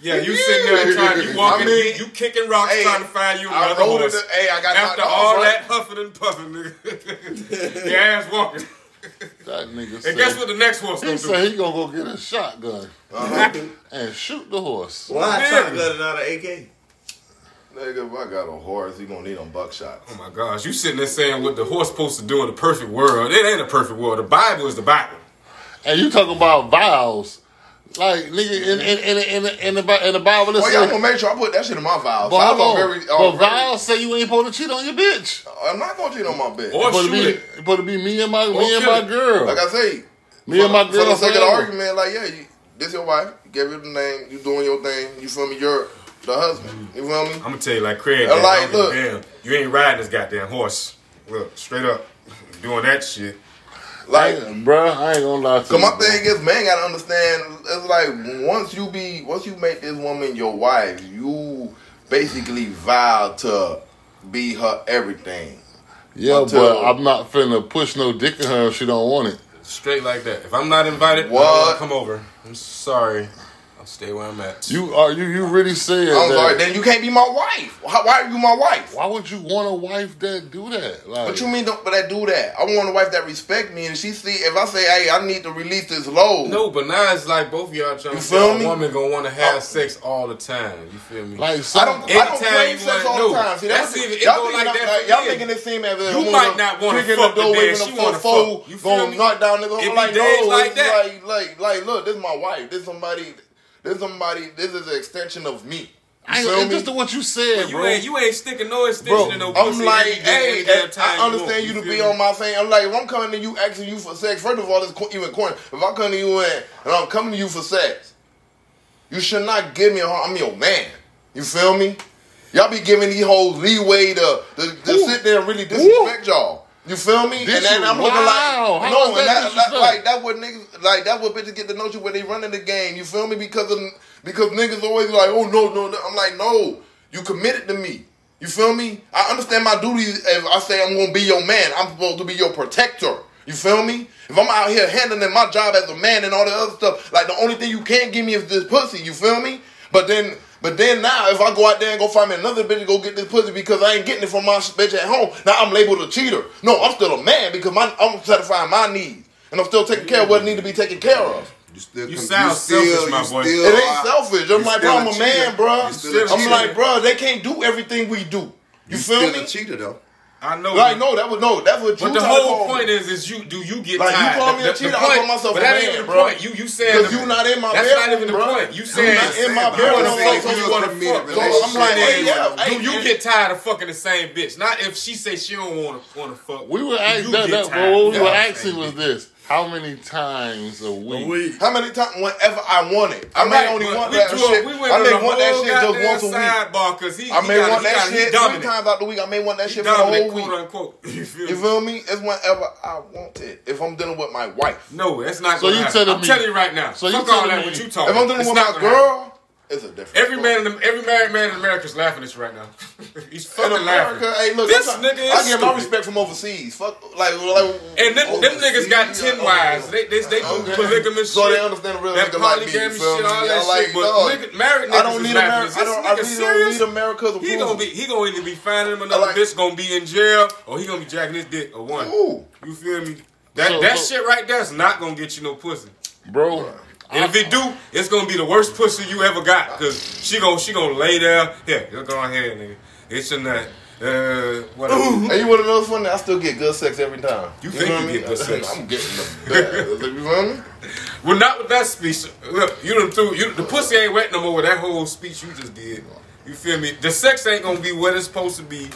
Yeah, you sitting there trying, you walking, you kicking rocks
hey,
trying to find you
I
another
rode it.
horse.
Hey, I got knocked
After
off,
all
right?
that huffing and puffing, nigga, your ass walking.
That nigga said.
And guess what the next horse
He
gonna do?
said he gonna go get a shotgun (laughs) and shoot the horse.
Why
Man.
shotgun it out of AK?
Nigga, if I got a horse, you gonna need them buckshot.
Oh my gosh, you sitting there saying what the horse supposed to do in the perfect world. It ain't a perfect world. The Bible is the Bible.
And you talking about vows. Like nigga in in in in, in, the, Bi- in the Bible it
Oh yeah, I'm
says
gonna make sure I put that shit in my vows.
but
Vows
hold
are
on,
very, Oh,
but
are very,
vows say you ain't supposed to cheat on your bitch.
I'm not gonna cheat on my bitch.
Or
But it
shoot it.
be but it be me and my me and
kill
my
it.
girl.
Like Oh, I say,
me and my
for
girl.
the sake of the
forever.
argument, like yeah, you, this your wife, you gave her the name, you doing your thing, you feel me? You're the husband, you feel me?
I'm gonna tell you like Craig.
Uh,
did.
like,
I don't
look.
give a damn, you ain't riding this goddamn horse. Look, straight up, doing that shit.
Like,
Damn, bruh, I ain't gonna lie to
Cause
you.
my
bruh.
thing is, man, gotta understand. It's like once you be, once you make this woman your wife, you basically vow to be her everything.
Yeah,
Until-
but I'm not finna push no dick in her if she don't want it.
Straight like that. If I'm not invited,
What?
I don't wanna come over. I'm sorry. I'll stay where I'm at.
You are you you really said
I'm
that.
sorry, then you can't be my wife. Why, why are you my wife?
why would you want a wife that do that? Like
What you mean? Don't, but I do that. I want a wife that respect me, and she see if I say, "Hey, I need to release this load."
no, but now it's like both of y'all trying
You
to tell
feel me?
a woman gonna want to have
Oh.
sex all the time. You feel me?
like
I
some,
don't. I don't
Anytime
claim
you
sex
want-
all the
no,
time. See,
that's
that's,
even- it
y'all
go
thinking
like
I'm-
that
like,
for
y'all
men.
making it seem as if
You
a woman
might not wanna
kicking
fuck
the
the
door,
day
waving
she
a
wanna
fofo,
fuck. You feel
gonna
me?
knock down the door.
It be
Like,
days
no,
like
it's
that.
like, like, like, look, this is my wife. This is somebody. This is somebody. This is an extension of me.
I ain't,
You feel
it's
me?
just to what you said,
you
bro.
ain't you ain't sticking no extension
Bro,
in no pussy.
I'm like,
every day,
hey,
every damn time
I understand
want.
you, to be
feel me?
on my thing. I'm like, if I'm coming to you asking you for sex, first of all, it's co- even corny. If I come to you and, and I'm coming to you for sex, you should not give me a heart. I'm your man. You feel me? Y'all be giving these hoes leeway to, to, to sit there and really disrespect y'all. You feel me?
Dis-
and then I'm looking
wow.
like,
How
no,
is
and
that
that, that,
disrespect?
like that what niggas like that what bitches get the notion where they running the game. You feel me? Because of because niggas always like, oh no, no, no. I'm like, no, you committed to me. You feel me? I understand my duties. If I say I'm gonna be your man, I'm supposed to be your protector. You feel me? If I'm out here handling my job as a man and all the other stuff, like the only thing you can't give me is this pussy. You feel me? But then, but then now, if I go out there and go find me another bitch to go get this pussy because I ain't getting it from my bitch at home, now I'm labeled a cheater. No, I'm still a man because my, I'm satisfying my needs and I'm still taking care of what need to be taken care of.
You still
You
con-
sound selfish, my boy.
It ain't selfish. I'm
you
like,
still
bro, I'm
a
a man,
cheater.
bro.
You still a
I'm
cheater.
like, bro, they can't do everything we do. You,
You
feel
still
me?
a cheater though.
I know.
Like, no, that was no, that was. you
But the
trying to
whole
call me.
point is, is you do you get
Like, you
tired?
call me
The-
a
the
cheater, I
point-
call myself
but
a
that
man,
ain't even the
bro.
point. You you saying
Because you not in my
That's
bedroom,
not even the
bro.
point. You
You
saying
not in my
but
bedroom,
I'm
so,
saying
so
you
you
a
gonna
committed
fuck. So
relationship.
I'm like, hey, yeah,
do
hey,
you
yeah.
get tired of fucking the same bitch? Not if she say she don't want to want to fuck.
We were
Do
asking
you
that,
get
that
tired
what
of
we
the
were
same
asking was
bitch?
this: How many times a week?
How many times? Whenever I want it, I may
Right,
only
but
want
we
that
drew a-
shit.
We went
I
on
may
a
want that
whole
shit just once a
goddamn
week.
Sidebar, cause he,
I
he
may
gotta,
want
he
that
gotta, he
shit three
dominant.
times out the week. I may want that
He
shit for the whole
dominant,
week.
quote unquote. You feel
You
me?
feel me? It's whenever I want it. If I'm dealing with my wife,
No, that's not.
So
gonna
you
happen.
telling
I'm
me-
telling you right now.
so you
fuck all
telling
that
me-
what you
if
talking.
I'm dealing
Oh, It's
with
not
my
gonna happen.
girl, it's a different.
every
story.
man, in the, every married man in America is laughing at you right now. He's
in
fucking laughing.
America, hey, look,
This
I'm
nigga
trying-
is
I get my
stupid.
respect from overseas. Fuck, like, like
And them, them
overseas,
niggas got ten
oh,
wives.
oh.
They they, they do
Okay.
polygamous
So
shit.
they understand a real
that
nigga like me,
polygamy
you
shit,
feel me?
all
Y'all
that
like,
shit. But
dog,
nigga, married niggas
I don't
is
need
laughing. Is
America. I
this
don't. I really
nigga
don't
serious?
need America's approval.
He gonna be he gonna either be finding him
I
another
like-
bitch gonna be in jail or he gonna be jacking his dick or one.
Ooh.
You feel me? That
So-
that
so-
shit right there's not gonna get you no pussy.
bro.
And if it do, it's gonna be the worst pussy you ever got. Cause she gon' she gonna lay there. Here, look on here, nigga. It's your nut. Uh, whatever.
And you want to know what's funny? I still get good sex every time.
You think
know
you
what I
get
mean?
good sex.
(laughs) I'm getting the best. you feel me?
Well, not with that speech. Look, you done threw you. The pussy ain't wet no more with that whole speech you just did. You feel me? The sex ain't gonna be what it's supposed to be.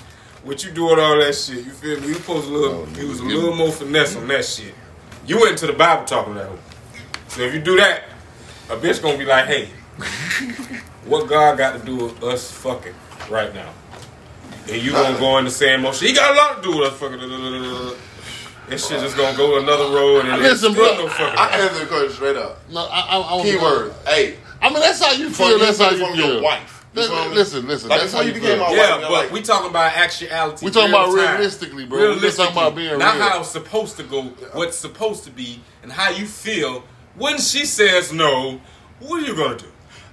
What you doing all that shit? You feel me? You supposed to little,
No,
use a
nigga,
little
you-
more finesse on that shit. You went into the Bible talking that hoe. So if you do that, a bitch gonna be like, hey, what God got to do with us fucking right now? And you gonna go in the same motion. He got a lot to do with us fucking. This shit just gonna go another road and it's
Listen,
still
bro,
no fucking.
I answer the question straight up.
No, I, I, I wanna-
Keywords. Hey,
I mean, that's how you
From-
feel. That's how you
from
feel.
your wife. You
Li-
feel me?
listen, listen.
Like,
that's
before
how you
you
feel.
became my wife,
Yeah,
Like,
but
like-
we talking about actuality.
We talking
real
about
time.
realistically, bro. We just talking about being
not
real.
how it's supposed to go, what's supposed to be, and how you feel when she says no. What are you gonna do?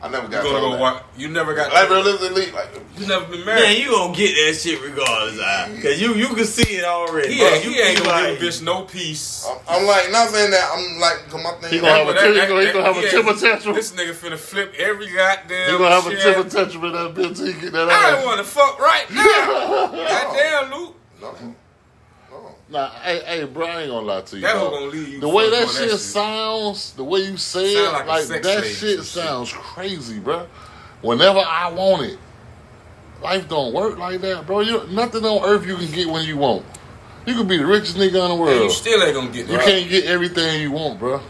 I never
You
got
gonna
told
go
that.
watch? You never got.
Like realistically, like
you never been
Man,
married.
you gonna get that shit regardless, I. Cause you you can see it already.
he
bro.
ain't,
you
he ain't
be
gonna
like-
give a bitch no peace.
I'm, I'm like not saying that. I'm like 'cause my thing.
He gonna have a
That-
temper-
that-
he gonna have a
he ain't-
temper tantrum.
This nigga finna flip every goddamn.
You gonna have a
shit.
temper tantrum in that bitch till you get that
I
ass.
don't wanna fuck
(laughs)
right now. goddamn, Luke.
no, no.
Nah, hey, hey, bro, I ain't gonna lie to you.
That hoe
dog.
gonna leave you.
the way
fucked
that
on
shit sounds, the way you say
Sound
it,
like
like,
a sex
that
slave
shit
or some shit.
sounds crazy, bro. Whenever I want it, life don't work like that, bro. You nothing on earth you can get when you want. You could be the richest nigga in the
And you
world.
still ain't gonna get.
You
right.
can't get everything you want, bro.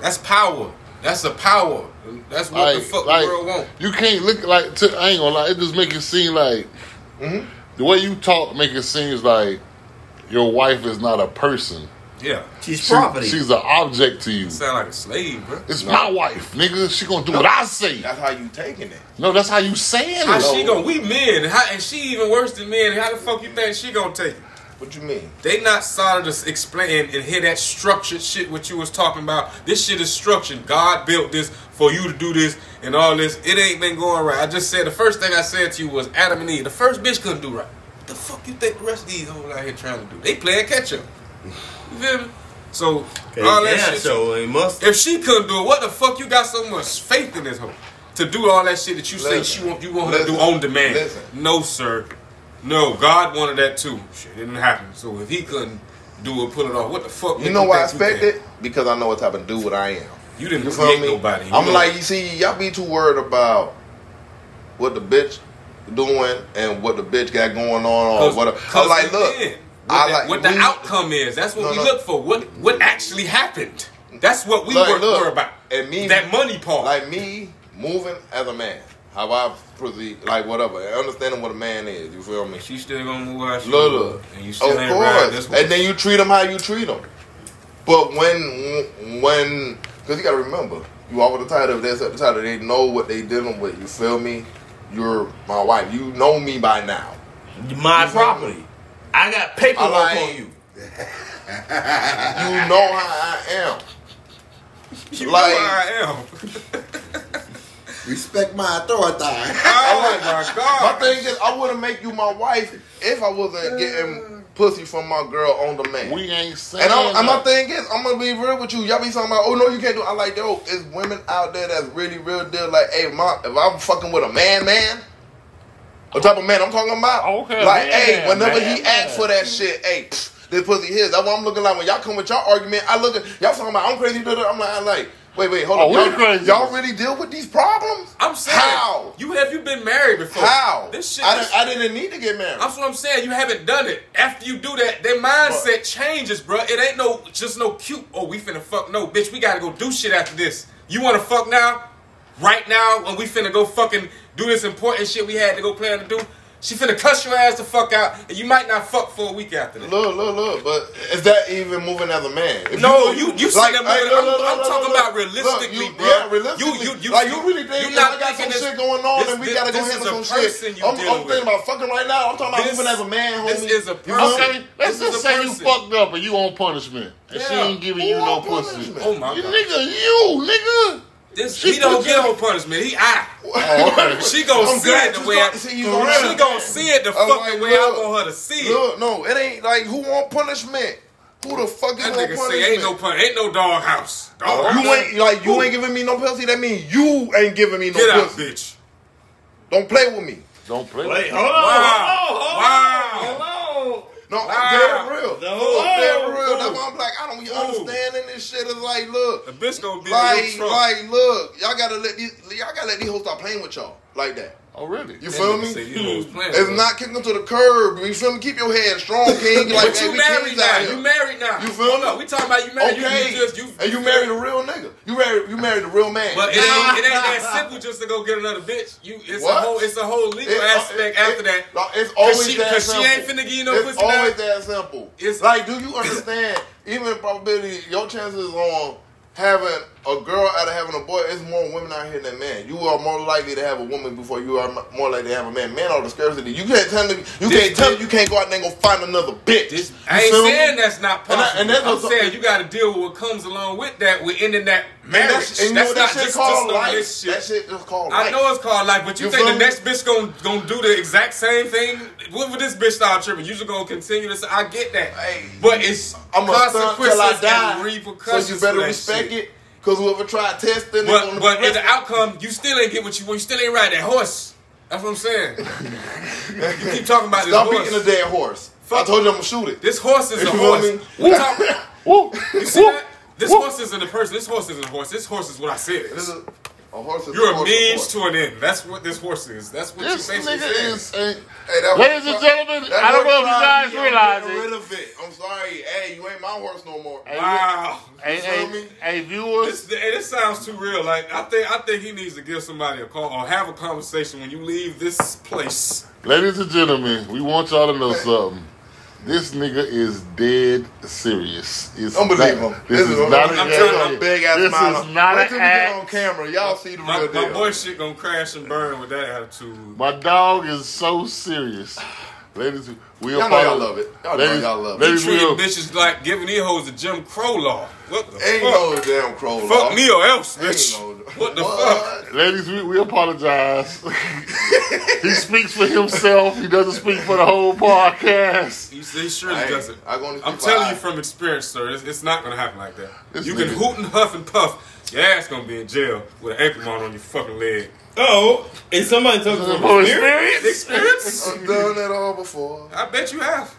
That's power. That's a power. That's what the fuck the world want.
You can't look like to, I ain't gonna lie. It just make it seem like the way you talk make it seems like your wife is not a person.
Yeah.
She's
She-
property.
She's an object to you.
Sound like a slave, bro.
It's my wife, nigga. She gonna do what I say.
That's how you taking it.
No, that's how you saying
How
it.
she gonna? We men. How, and she even worse than men. How the fuck you think she gonna take it?
What you mean?
They not solid to s- explain and hear that structured shit what you was talking about. This shit is structured. God built this for you to do this and all this. It ain't been going right. I just said the first thing I said to you was Adam and Eve. The first bitch couldn't do right. What the fuck you think the rest of these hoes out here trying to do? They playing catch up. You feel me? So all that
yeah,
shit.
so it must.
If she couldn't do it, what the fuck you got so much faith in this hoe to do all that shit that you say
Listen.
she want you want her to do
Listen.
on demand?
Listen.
No, sir. No, God wanted that too. Shit it didn't happen. So if he couldn't do it, pull it off. What the fuck?
You
make
know why I
think you
expect
can?
it? Because I know what type of dude I am.
You didn't
You feel
create
me?
nobody. You
I'm
know-
like, you see, y'all be too worried about what the bitch doing and what the bitch got going on or
'Cause-
whatever.
'cause
oh, I'm like, look,
again, what
I
the,
like
what the
we-
outcome is. That's what
No,
we
no.
look for. What what actually happened? That's what we
Like,
were,
look,
were about.
and me-
that money part.
like me moving as a man. How I proceed, like whatever, and understanding what a man is. You feel me?
she still gonna move out.
Look, look.
and you
Of
still ain't ride this
course.
one.
And then you treat them how you treat them. But when, when, because you got to remember, you are with the title, they set the title, they know what they dealing with. You feel me? You're my wife. You know me by now.
My property. I got paperwork
I like-
on you.
You know how I am.
(laughs) You
Like-
know I am.
Respect my (laughs) authority.
Oh my
My
god.
thing is, I wouldn't make you my wife if I wasn't
Uh.
getting pussy from my girl on demand.
We ain't saying.
And I'm, and my
that.
thing is, I'm gonna be real with you. Y'all be talking about, oh no, you can't do. it." I like, yo, it's women out there that's really real deal. Like, hey, mom, if I'm fucking with a man, man, what type of man I'm talking about?
Oh, Okay,
Like,
man,
hey, whenever
man,
he asks
man.
for that shit, hey, pff, this pussy his. That's what I'm looking like when y'all come with y'all argument. I look at y'all talking about I'm crazy. duh, duh. I'm like, I like, wait, wait, hold
Oh,
on,
we
y'all,
crazy.
y'all really deal with these problems?
I'm saying
how?
you have you been married before?
How?
This shit
I,
is-
didn't, I didn't need to get married.
That's what I'm saying. You haven't done it. After you do that, their mindset changes, bro. It ain't no just no cute. Oh, we finna fuck. No, bitch, we gotta go do shit after this. You wanna fuck now? Right now, when we finna go fucking do this important shit we had to go plan to do. She finna cuss your ass the fuck out, and you might not fuck for a week after that.
Look, look, look, but is that even moving as a man? If
No, you you like, that
hey,
movie.
look,
I'm,
look,
I'm
look,
talking
look,
about
look.
realistically,
Look, you-
bro.
Yeah, realistically.
You, you, you,
like you really think
you're not
I got some
thinking
shit
this-
going on
this-
and we
this-
gotta go
this is
handle
a
some
person
shit.
you
I'm,
dealing
I'm thinking
with.
about fucking right now. I'm talking about
This-
moving as a man, homie.
this is a
You feel me? (laughs)
person.
Okay, let's
This
just
is a
say you
person.
fucked up and you on punishment, and she
Yeah.
ain't giving
Who
you no
on
pussy.
punishment?
Oh my
You
god,
nigga, you nigga.
this
She
he don't
put
get
you-
no punishment. He I.
Oh, okay.
She gonna
I'm
see
glad
it the
you
way
start
I,
to see you already.
she gonna see it the
I'm like,
fucking way I
look,
want her to see it.
Look, no, it ain't like who want punishment. Who the fuck is
That
on
nigga
punishment?
say ain't no pun, ain't no doghouse. Doghouse.
you ain't like you ain't giving me no pussy. That means you ain't giving me no
get out,
pussy.
bitch.
Don't play with me.
Don't play.
Wait,
with me.
hold on.
Wow.
Hold on. Hold on.
No,
Wow.
I'm dead real.
No.
I'm dead real.
Ooh.
That's why I'm like, I don't understand and this shit. Is like, look,
The bitch gonna be in
like,
your trunk.
like, look, y'all gotta let these, y'all gotta let these hoes stop playing with y'all like that.
Oh really?
You
That
feel
nigga say
me?
you hoes playing,
It's
bro.
not kicking them to the curb. You feel me? Keep your head
(laughs)
strong, king. Like,
but
hey,
you
we
married
kings
now.
out here.
You married now.
You feel
Hold
me?
up, We talking about you married.
Okay,
You, you just you.
and you married a real nigga. You married, you married a real man.
But it ain't, it ain't that simple just to go get another bitch. You, it's
What?
a whole, it's a whole legal
It- uh,
aspect
it-
after
it-
that.
no, it's always
she-
that
'cause she
simple.
ain't finna give you no
it's
pussy now.
always that simple.
It's-
It's like, do you
(coughs)
understand? even probability, your chances on having a girl out of having a boy is more women out here than men. You are more likely to have a woman before you are m- more likely to have a man. Men are the scarcity. You can't tell them. You
This-
can't tell them you can't go out there and go find another bitch.
This,
You
I ain't
feel me?
saying that's not
And
possible.
I- and that's
I'm
also-
saying you got to deal with what comes along with that. With ending that marriage.
that's, and you know what that
not
shit
just,
called
just no
life.
relationship.
That shit just called
I
life.
know it's called life, but you,
You
think
feel me?
the next bitch gonna gonna do the exact same thing? What would this bitch style tripping? You just gonna continue to say, I get that,
Hey,
but it's
I'm gonna stunt till I
consequences
die.
and repercussions.
so you
for
better
that
respect
shit.
it. Cause whoever tried testing, they
But
gonna
but in
respect
the outcome, you still ain't get what you want. You still ain't ride that horse. That's what I'm
(laughs)
saying. you keep talking about
Stop
this
beating a
horse.
dead horse. I told you I'm gonna shoot it.
This horse is
You
a
feel
horse.
me?
We talk-
Woo,
you see
woo,
that? This
woo.
horse isn't a person. This horse isn't a horse. This horse is what I said.
This is a horse. Is
You're a
horse
means
is
to an end. That's what this horse is. That's what
This
you basically
nigga
said.
is. ain't-
Hey, that
Ladies
horse-
and gentlemen,
that
I don't
horse
know if you
tried
guys
me, I'm
realize
getting
it.
rid of it. I'm sorry. Hey, you ain't my horse no more.
Hey,
Wow.
Hey,
feel
hey,
me?
hey, viewers.
This, hey, this sounds too real. Like I think I think he needs to give somebody a call or have a conversation when you leave this place.
Ladies and gentlemen, we want y'all to know something. This nigga is dead serious. It's
Unbelievable.
Not, this, is, not a
I'm
game.
telling you,
big ass
This is not
Wait till
an
we get on
act.
camera. Y'all see the
My,
real
my
deal.
boy shit gonna crash and burn with that attitude.
My dog is so serious. Ladies, we
Y'all know y'all love it. Y'all know
Ladies-
y'all love it.
ladies-
He
Very
treating
real.
bitches like giving these hoes a Jim Crow law. What the
Ain't
fuck?
no damn crow. law.
fuck me or else,
Ain't
bitch.
no-
What the fuck?
Ladies, we, we
(laughs)
apologize. he speaks for himself. He doesn't speak for the whole podcast.
He, he surely
Hey,
doesn't.
I gonna
I'm
keep
telling
my
you
eye-
from experience, sir. It's, it's not gonna happen like that.
This
you can
nigga-
hoot and huff and puff. Your ass gonna be in jail with an ankle mount on your fucking leg.
Oh, is somebody talking
For
about
experience?
spirit?
Experience?
I've done that all before.
I bet you have.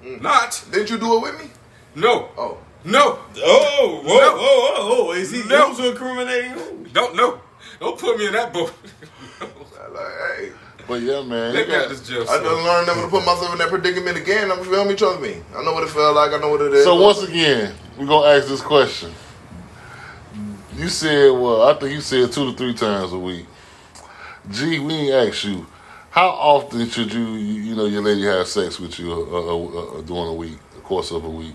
Not.
Didn't you do it with me?
No.
Oh.
No.
Oh, whoa,
No.
whoa, whoa, whoa. Is he
No.
also incriminating you?
Don't no. Don't put me in
(laughs)
that boat.
Like, hey,
But yeah, man.
Let
You
me out
got,
this jail.
I done
cell.
learned never to put myself in that predicament again. I'm feel me, trust me. I know what it felt like. I know what it is.
so once again, we're gonna ask this question. You said, well, I think you said two to three times a week. Gee, we ain't asked you. How often should you, you, you uh, know, your lady have sex with you uh, uh, uh, during a week, the course of a week?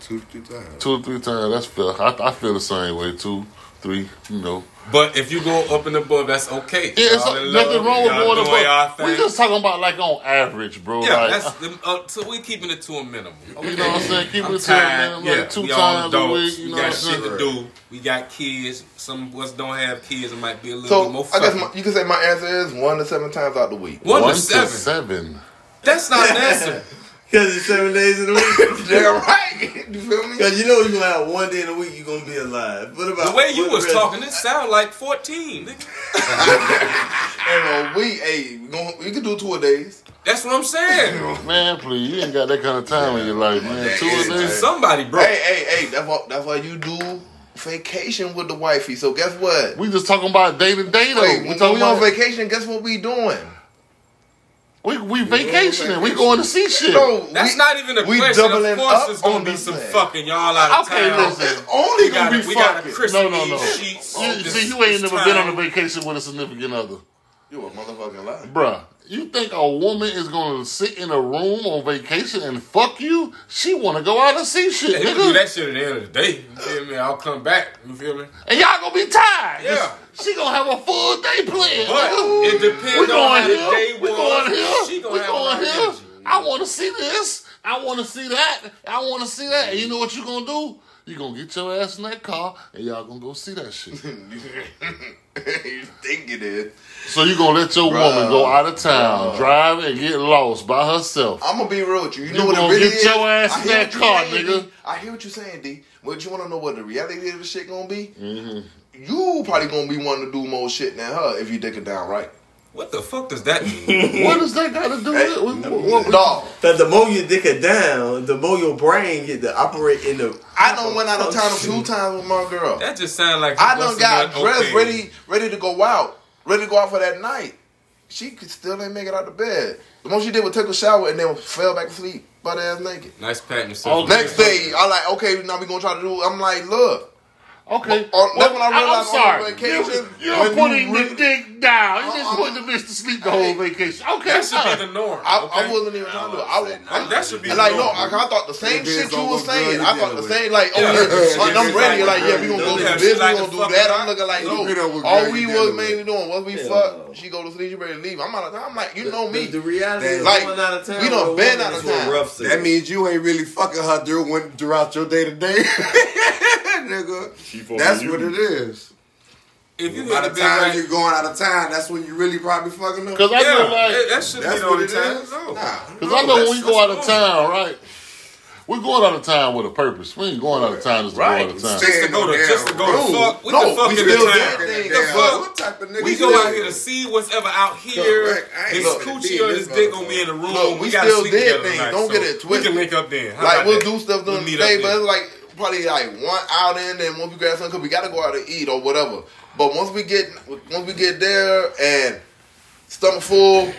Two, three times.
Two or three times. That's fair. I, I feel the same way. Two, three. You know.
But if you go up and above, that's okay.
Yeah, it's
Y'all in
nothing
love,
wrong with
y'all
more than
doing y'all
one. We
thing.
just talking about like on average, bro.
yeah,
like,
that's the, uh, so we keeping it to a minimum. Okay.
You know what I'm saying? Keep
I'm
it to a
tired.
minimum,
yeah,
like two
we all
times a
adults.
week. You
we
know
got
what I'm
shit
saying?
to do. We got kids. Some of us don't have kids. It might be a little bit more.
So I
Fun.
guess my, you can say my answer is one to seven times out the week. (laughs)
one,
One
to seven.
seven.
That's
(laughs)
not an answer.
Because it's seven days in the week.
Yeah, right. You feel me?
Because you know you're going to have one day in a week you're going to be alive. What about
The way you
what
was
rest-
talking, it sound like fourteen. nigga.
And a week, hey, we, gon- we can do two a days.
That's what I'm saying.
(laughs) Man, please, you ain't got that kind of time in your life, man.
That
Two
is
of them.
Somebody, bro.
Hey, hey, hey. That's why. That's why you do vacation with the wifey. So guess what?
We just talking about day to day though.
Wait,
we
when
talking
we on
about
vacation, guess what we doing?
we we vacationing. We going to see shit.
No, (laughs)
That's
we-
not even a
we
question. Of
doubling
course,
up
it's gonna
on
be
this
some
thing.
fucking y'all out of
Okay,
town.
listen.
It's only
We got
gonna
a,
be
we got a
fucking.
Christmas
no, no, no.
sheets.
You-
This-
see, you ain't
this
never been
time.
on a vacation with a significant other,
You a motherfucking liar.
bruh. You think a woman is gonna sit in a room on vacation and fuck you? She wanna go out and see shit,
They would do
nigga.
that shit at the end of the day. You feel me? I'll come back. You feel me?
and y'all gonna be tired.
Yeah.
She gonna have a full day playing.
But
nigga.
it depends
we
on
going
how the day
here. We
was.
going
She
here.
gonna
We
have
going
a lot of
here.
energy.
I want to see this. I want to see that. I want to see that. And you know what you gonna do? You gonna get your ass in that car and y'all gonna go see that shit.
you think it is?
so you gonna let your woman go out of town, drive and get lost by herself?
I'm gonna be real with you. You,
You
know what
gonna
it really
get
is.
your ass
I
in
hear
that
what you
car,
saying,
nigga.
D. I hear what you're saying, D. But you want to know what the reality of the shit gonna be?
Mm-hmm.
You probably gonna be wanting to do more shit than her if you dick it down right.
What the fuck does that
(laughs)
mean?
what does that got to do with it? What- what-
Dog,
Because the more you dick it down, the more your brain get to operate in the.
I done went out of town a few times with my girl.
that just sounds like
I
you
done
busting
got
out
dressed
okay.
ready, ready to go out, ready to go out for that night. She could still ain't make it out of bed. The most she did was take a shower and then fell back asleep, butt ass naked.
Nice patting yourself.
Okay.
Next day, I like okay, now we gonna try to do. I'm like, look.
Okay.
Well, that's when I
am
realized on
sorry.
vacation,
you, are
when you
putting
really-
the dick down. You just
Uh-uh.
putting the bitch to sleep the whole vacation. Okay.
That should
fine.
be the norm.
I,
okay?
I wasn't even trying to do it. I was, I'm,
That should be
and like,
the
no,
norm.
I, I thought the same
Depends
shit you
on
were
what
saying.
girl you
I thought the
dealing
same, like, oh,
Yeah.
yeah,
Yeah. (laughs)
like, I'm ready. Like, yeah, we gonna go
Yeah.
do this, we
Like
gonna
the
do
fuck
that.
up.
I'm looking like,
Depend on
no,
what
all
girl
we
you
was
dealing
mainly doing was we
Yeah.
fuck, she go to sleep, she ready to leave. I'm out of time. I'm like, you know me.
The, the reality is
Like,
going out of town.
we
with a
done been
woman
out of
is a
town.
Rough season.
That means you ain't really fucking her during when, throughout your day to day, (laughs) nigga. That's what it is.
If you
By
hit
the
a big
time
right,
you're going out of town, that's when you really probably fucking up.
Cause I
yeah,
know like
that- that should
That's
be all
what
the
it
time.
is.
No.
Nah.
Because I know
No, that's-
when we go out of
that's
town, right? We're going out of town with a purpose. We ain't going out of town just to
Right.
go out of town.
Just to go to,
Damn,
just to go to
bro.
fuck. What
No,
the fuck
we
in
still
the
there.
town?
Damn.
The fuck?
What type of nigga
We
you
go out
is?
here to see what's ever out here.
Correct. I ain't
His
looking at
coochie
being
or
this
his dick gonna
motherfucker.
be in the room.
Look, we
gotta
still
sleep
did
together
things.
tonight,
Don't
so
get it
We
twisted.
can link up then. How
like
about
we'll
that?
do stuff
We'll
during the
meet up
day, but
then.
it's like probably like one out in, then once we grab something, 'cause we gotta go out to eat or whatever. But once we get once we get there and stomach full, you know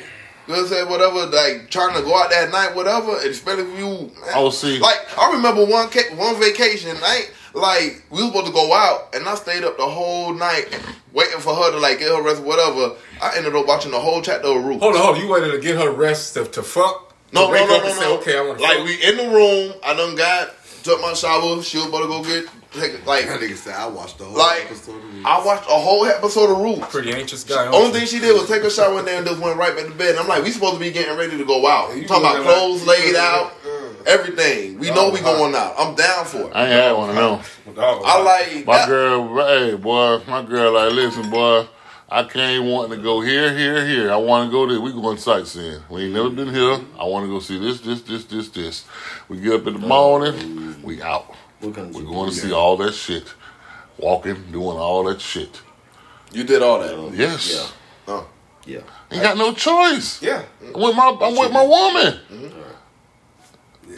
what I'm saying, whatever, like trying to go out that night, whatever, and especially if you
Oh, see.
Like I remember one ca- one vacation night, like we was supposed to go out and I stayed up the whole night waiting for her to like get her rest, whatever. I ended up watching the whole chapter of Roots.
Hold on, hold on. You wanted to get her rest to, to fuck?
No, no,
to wake
no,
up
no,
and say,
no.
okay, I want to
like
fuck.
we in the room. I done got took my shower. She was about to go get take, like
That nigga said I watched the whole
like
episode. Of
I watched a whole episode of Roots.
pretty anxious guy. aren't
Only
you?
thing she did was take a shower and then just went right back to bed. And I'm like, we supposed to be getting ready to go out.
You
talking about
looking like-
clothes
you
laid
looking
out, everything. We know we going out. I'm down for it.
I ain't had one of them.
Dog,
I like
My
that-
girl, hey boy, my girl, like listen, boy, I came wanting to go here, here, here. I want to go there. We going sightseeing. We ain't never been here. I want to go see this, this, this, this, this. We get up in the morning. We out.
What kind of
We
shit?
going to see all that shit. Walking, doing all that shit.
you did all that.
Yes.
Oh.
Yeah.
Ain't got no choice.
yeah.
I'm with my I'm with my woman.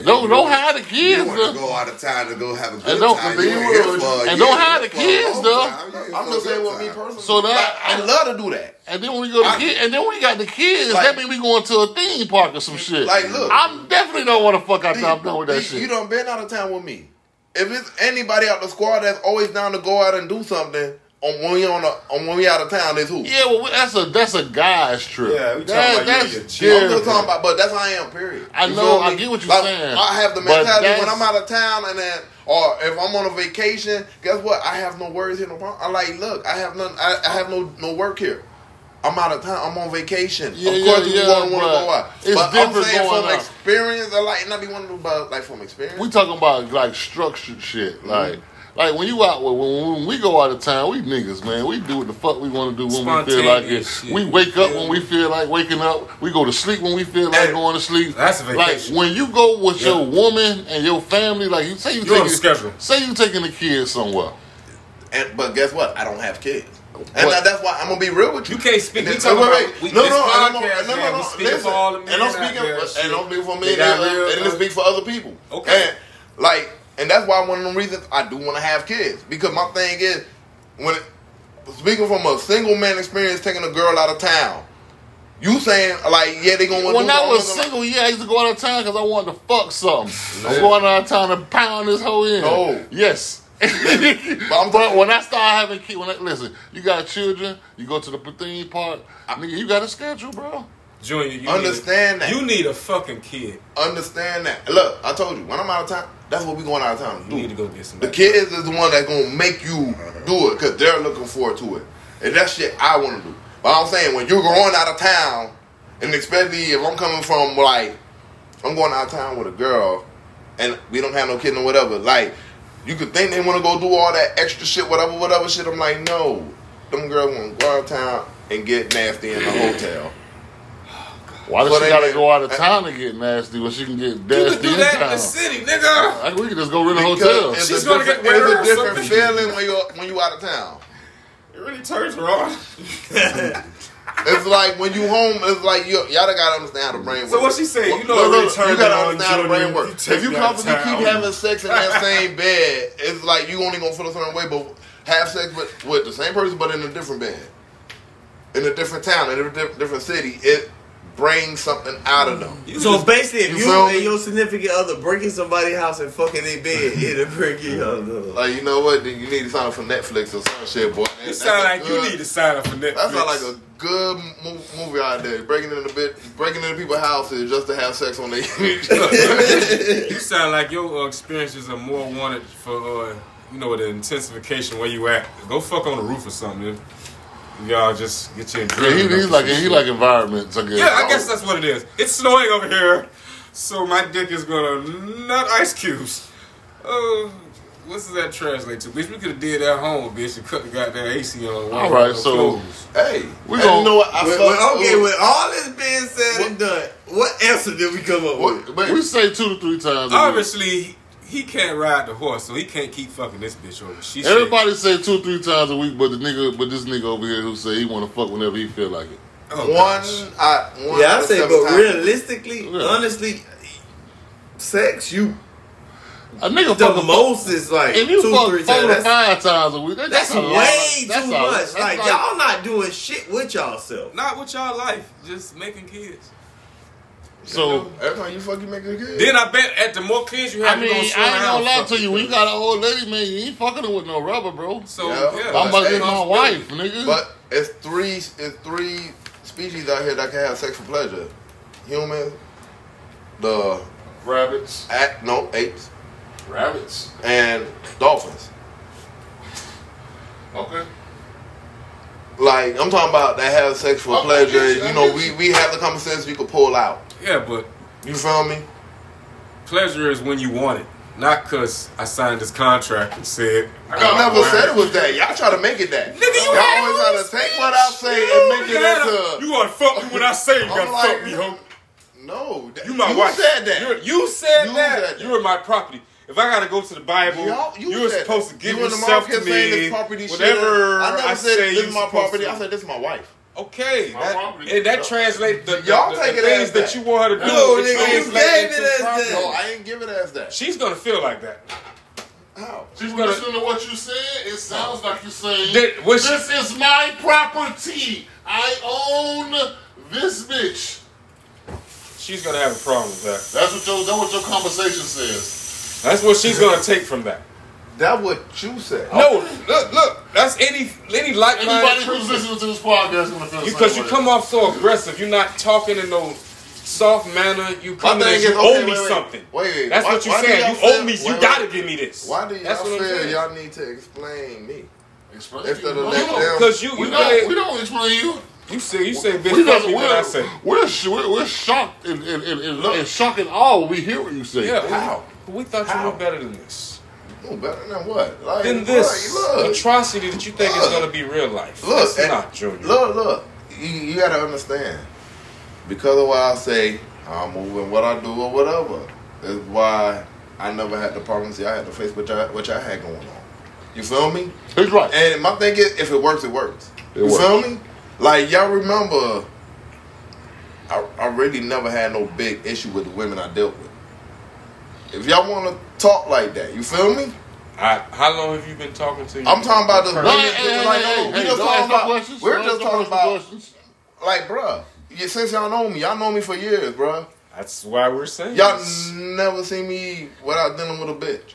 Don't don't hide the
you
kids. uh,
want to
though.
go out of town to go have a good
And don't-
time.
but
You
you
ain't here
would-
for a
and don't
year,
hide the
for a
kids,
long
though.
time. You ain't here
I'm
for a
just saying
good
what me
time.
personally.
So that-
like, I love to do that.
And then when we go to
I-
kid, and then when we got the kids,
Like-
that mean we going to a theme park or some shit.
Like, look.
I'm definitely don't want to fuck out.
D,
there. I'm done with that
D,
shit.
You done been out of town with me. If it's anybody out the squad that's always down to go out and do something, on when we on a on when we out of town is who.
Yeah, well, that's a that's a guy's trip.
Yeah, we talking about you and your
that's
chick.
I'm
different.
just talking about, but that's how I am. Period.
I
You
know,
feel
I
me?
get what you're
Like,
saying,
I have the
but
mentality when
that's-
I'm out of town and then, or if I'm on a vacation. Guess what? I have no worries here. No problem. I like look. I have none. I, I have no no work here. I'm out of town. I'm on vacation.
Yeah,
of course,
yeah,
you want
yeah,
to want to
but
go out.
it's
but I'm
different
saying
going
from
out.
experience, I like not be one of them, but like from experience.
We talking about like structured shit,
Mm-hmm.
like. Like when you out, when, when we go out of town, we niggas, man, we do what the fuck we want to do when we feel like it.
Spontaneous shit.
We wake up
Yeah.
when we feel like waking up. We go to sleep when we feel like
Hey,
going to sleep.
that's a
Like
vacation.
when you go with
Yeah.
your woman and your family, like you say you
You're on
taking-
a schedule.
Say you taking the kids somewhere.
And but guess what? I don't have kids. And
What?
that- that's why I'm gonna be real with you.
You can't speak. We
Wait,
talking
wait,
about
wait.
we,
No,
this
no, I'm-
podcast,
no, no,
man.
no,
We speaking
listen.
for all the men.
And I'm
out
speaking,
there,
and I'm
shit.
speaking for
They
me, and,
got
and,
real-
and this speak for other people.
Okay.
And, like, and that's why one of the reasons I do want to have kids because my thing is when it, speaking from a single man experience, taking a girl out of town. You saying like, yeah, they gonna.
When
do
I
all
was
of them.
single, yeah, I used to go out of town because I wanted to fuck something. I'm going out of town to pound this hoe in.
No.
Yes. (laughs) but,
I'm-
when I start having kids, when I, listen, you got children, you go to the Bethune Park, nigga, you got a schedule, bro.
Junior, you
Understand
need a,
that.
You need a fucking kid.
Understand that. Look, I told you when I'm out of town, that's what we going out of town to do.
You need to go get
The
somebody.
kids is the one that's gonna make you do it because they're looking forward to it, and that's shit I want to do. But I'm saying when you're going out of town, and especially if I'm coming from like I'm going out of town with a girl, and we don't have no kid or whatever, like you could think they want to go do all that extra shit, whatever, whatever shit. I'm like, no, them girls want to go out of town and get nasty in the hotel.
Why does
But
she
they-
got to go out of
I-
town to get nasty when she can get
You could
nasty
do
in
that in the
town?
city, nigga.
Like, we can just go rent a
Because
hotel.
It's
She's
a
gonna
different-
get wet or
It's a different
something.
feeling when you when you out of town.
It really turns her on.
It's like when you home, it's like you, y'all gotta understand how the brain works.
So what she say? You know
Look,
it really
look,
turned
you gotta
on
understand how the
Junior.
brain
You
works.
take
If you
me out of
constantly keep
town.
having sex in that
(laughs)
same bed, it's like you only gonna feel a certain way, but have sex with, with the same person, but in a different bed, in a different town, in a di- different city, it brings something out of them.
You
So
just-
basically, if
You
you,
feel me?
and your significant other breaking somebody's house and fucking their (laughs) bed, it'll break your other.
Like you know what? Then you need to sign up for Netflix or some shit, boy.
You sound like you need
to.
to sign up for Netflix.
That sound like a good mo- movie out there. Breaking into bit, breaking into people's houses just to have sex on their. (laughs)
(laughs) you sound like your uh, experiences are more wanted for uh, you know the intensification where you at. Go fuck on the roof or something. dude. Y'all just get your
Yeah, he,
adrenaline.
he's
up
like
and
he
shit.
like environments. I guess.
yeah. I guess that's what it is. It's snowing over here, so my dick is gonna nut ice cubes. Oh. What does that translate to? Bitch, we could have did that home, bitch, and cut the goddamn AC on.
All right, so-
hey,
We
hey,
gon-
you know what? I
Well,
fuck-
well, okay, with all this being said
What-
and done, what answer did we come up with?
What- but-
we say two to three times. a week.
obviously he can't ride the horse, so he can't keep fucking this bitch over. She said-
Everybody say two, three times a week, but the nigga, but this nigga over here who say he want to fuck whenever he feel like it.
Oh,
one,
gosh.
I, one
Yeah,
out
I
of
say,
seven
but
times.
realistically,
Yeah.
honestly, sex you
A nigga
the
fuck a-
most is like
If you
two,
fuck
three
four
times.
to
That's,
five times a week, that-
that's,
that's, a
way
lot. That's
too
a-
much.
that's
Like, y'all not doing shit with y'allself.
Not with y'all life, just making kids.
So
Every time you fuck, you make a kid.
Then I bet at the more kids you
I
have,
mean,
you're
I
gonna
ain't
slow down.
gonna lie
fuck.
to you. When you got an old lady, man, you ain't fucking her with no rubber, bro.
So
Yeah,
yeah,
I'm about to get my
Hey,
wife, nigga.
but it's three, it's three species out here that can have sex for pleasure. Humans, the
rabbits,
act, no apes,
rabbits.
and dolphins.
Okay.
Like I'm talking about that have sex for
Oh, I
pleasure.
get you, I
you know,
get
we
you.
we have the common sense we could pull out.
Yeah, but
You feel me?
pleasure is when you want it, not because I signed this contract and said
I never said it was that. Y'all try to make it that.
Nigga, you
all
had
always try to take what I say and make it
that.
into.
You gonna fuck me when I say you
I'm
gonna
like,
fuck me, ho.
No, that-
You my wife.
said that.
You're- you said
You
that.
said that.
You're my property. If I gotta go to the Bible,
Y'all-
you, were
said that.
supposed to give
You in the
yourself
mouth
to
kept saying
me.
this property shit.
whatever
I never said
say,
this
you
is my
supposed
property.
to-
I said this is my wife.
Okay,
My
that-
property.
and that translates the,
Y'all
the- the
take it
things
as
that
that.
you want her to do.
No,
it
nigga, you
translates
gave it
into
as
property.
that.
No, I ain't give it as that.
She's gonna feel like that.
How?
She's
gonna-
listening to what you said. It sounds like you're saying
Did- was she-
this is my property. I own this bitch.
She's gonna have a problem with that.
That's what your that's what your conversation says.
That's what she's gonna take from that.
That what you said.
No, look, look. That's any any like
Anybody
minded
who's listening to this podcast gonna feel the
because
same way.
you come off so aggressive. You're not talking in no soft manner. You
My
come in
thing
as
is,
you
okay,
owe
wait,
me
wait,
something.
Wait, wait.
That's
why-
what you
why do
saying.
y'all
You
feel-
owe me. You
wait, wait.
gotta give me this.
Why do y'all
That's what I'm
feel
saying.
y'all need to explain me?
Explain
Instead
you,
of
bro.
let them-
Because you,
We
you,
don't, we
know,
don't explain you.
you say you say
We
bitch fuck
doesn't,
me
we're,
when I say
we're, sh- we're, we're shocked and, and, and, and, lo- and shocked and all we hear what you say.
yeah.
How?
We, we thought you
How?
were better than this.
No better than what? Like,
Than this
look, look.
atrocity that you think is
Look.
gonna be real life.
Look,
it's
and-
not Junior.
Look, look, you, you gotta understand. Because of why I say I'm moving what I do or whatever is why I never had the problems y'all had to face, which I which I had going on. You feel me?
He's right.
And my thing is, if it works, it works.
It
you
works.
feel me? Like y'all remember, I, I really never had no big issue with the women I dealt with. If y'all want to talk like that, you feel me?
I, how long have you been talking to?
I'm talking about the-
No,
person?
hey, hey, hey,
Like,
hey, hey,
no, we
don't
just talking
ask no
about-
questions.
we're
Don't
just
ask no
talking
personal
about-
questions.
Like, bruh, yeah, since y'all know me, y'all know me for years, bruh.
That's why we're saying
Y'all
this.
never see me without dealing with a bitch.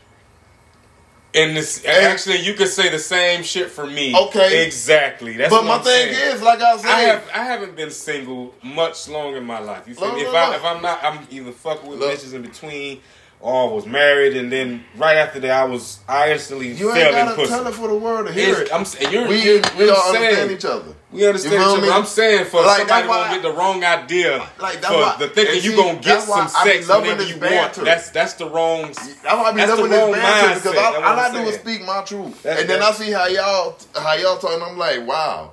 And this, actually, you could say the same shit for me.
Okay.
exactly. That's
but
what
my
I'm
thing
saying.
is, like I said,
I have I haven't been single much long in my life. You feel
Look,
me? If
look,
I
look.
if I'm not, I'm either fucking with
Look.
bitches in between, or I was married, and then right after that, I was I instantly
you
fell
ain't
in
gotta
pussy.
tell it for the world to hear
It's-
it.
I'm saying you're,
we
you're,
we
we're
all understand
saying,
each other.
we understand
You
each
feel
other.
me?
I'm saying for
Like,
somebody
that's why
gonna get the wrong idea.
Like, that's
for
why-
the thinking
and
you
see,
gonna get
that's why
some
I be
sex
loving
whenever
this
you want.
banter.
That's that's the wrong.
That's why I be
That's
loving
the wrong
this banter
mindset,
because all,
that's
all
what
I
I'm
do is
saying.
speak my truth,
That's-
and then I
that's-
see how y'all how y'all talk, and I'm like, wow,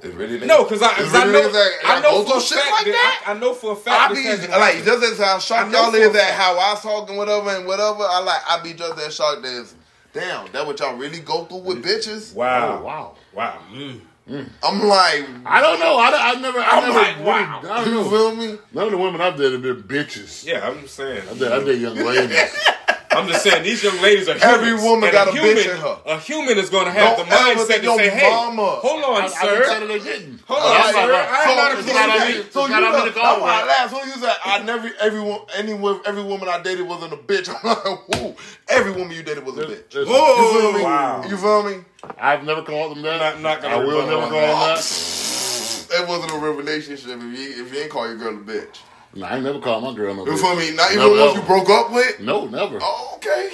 it's really niggas-
No, because I,
it's
'cause I
really
know
niggas that-
I
that
know
goes
for
through
a
shit
fact
like that.
I, I know for a fact.
I
this
be
hasn't
like
happened.
just as how shocked
I know
y'all is
for a
at how I talk and whatever and whatever. I like I be just as shocked as damn that what y'all really go through with bitches.
Wow!
Oh, wow.
Wow! mm,
I'm like,
I don't know. I, I never. I
I'm
never
like,
really,
wow.
I
you
don't know.
feel me?
None of the women I've dated have been bitches.
Yeah, I'm just saying.
I date, I date young ladies.
I'm just saying these young ladies are humans.
Every woman
and
got a
human,
bitch in her.
A human is going to have
Don't
the
ever
mindset
think
to
your
say, "Hey,
mama-
hold on,
I,
sir."
I they didn't.
Hold
I'm
on,
not-
sir. I
so
am not a
it's not on me.
bitch.
It's not on me to
that's
call
why I
one.
laughed. So you said I never every wo- any wo- every woman I dated wasn't a bitch. (laughs) I'm like, whoa, every woman you dated was a bitch.
Listen,
You feel me?
Wow.
You feel me?
I've never called them that.
Not- not gonna
I will
rebut
never
on
call them that.
That wasn't a real relationship if you if you ain't call your girl a bitch.
No, I ain't never called my girl no
You
bitch.
feel me? Not even
Never, ever.
once you broke up with.
No, never.
Oh, okay.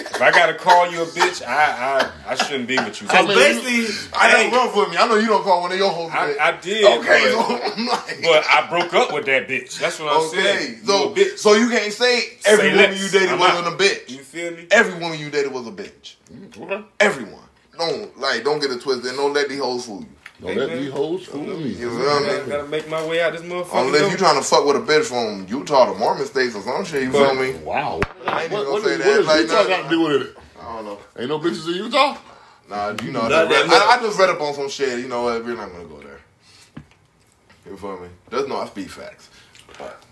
If I gotta call you a bitch, I I, I shouldn't be with you.
I
So
mean,
basically,
I
hey,
don't rough with me. I know you don't call one of your hoes. a
I,
bitch.
I did,
Okay, so
but,
I'm like,
but I broke up with that bitch. That's what I'm
okay,
saying.
so
you a bitch.
so you can't say every
Say
woman
less.
you dated
I'm
wasn't
out.
a bitch.
You feel me?
Every woman you dated was a bitch.
Okay.
Everyone. Don't like, don't get it twisted. Don't let these hoes fool you.
Don't let
man.
these hoes fool me.
You
You
feel
I
me?
gotta make my way out this motherfucker.
Unless you trying to fuck with a bitch from Utah to Mormon states or some shit. You feel
But-
me?
Wow.
I ain't even
What,
gonna
what,
say
is-
that.
what does
Like,
Utah
nah,
got to do with it?
I don't know.
Ain't no bitches in Utah?
Nah, you know, I
Not that
just, read,
much.
I, I just read up on some shit. You know, what, we're not gonna go there. You feel me? There's no I speak facts.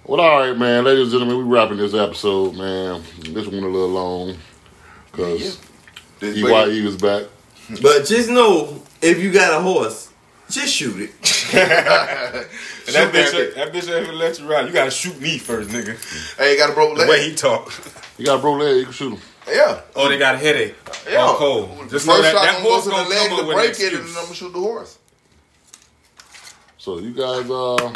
Well, all right, man. Ladies and gentlemen, we wrapping this episode, man. This one a little long E because
This-
EYE was back.
but just know if you got a horse, just shoot it.
And that
Shoot that
bitch, that bitch ain't gonna let you ride. You gotta shoot me first, nigga.
Hey, got a broke
The
leg.
way he talk.
You got a bro leg, you can shoot him.
Yeah.
Oh, they got a headache.
Yeah.
Yeah. Or cold. Just know
First
that,
shot
that
gonna
horse
go to
gonna
the leg
come
to
up with an
break it, and then I'm
excuse.
gonna shoot the horse.
So you guys uh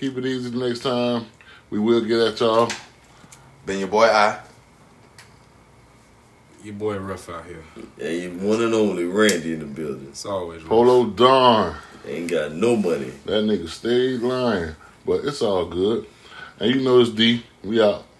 keep it easy the next time. We will get at y'all.
Been your boy I.
Your boy rough out here.
And you one and only Randy in the building.
It's always rough.
Polo Don.
Ain't got no money.
That nigga stayed lying. But it's all good. And you know it's D. We out.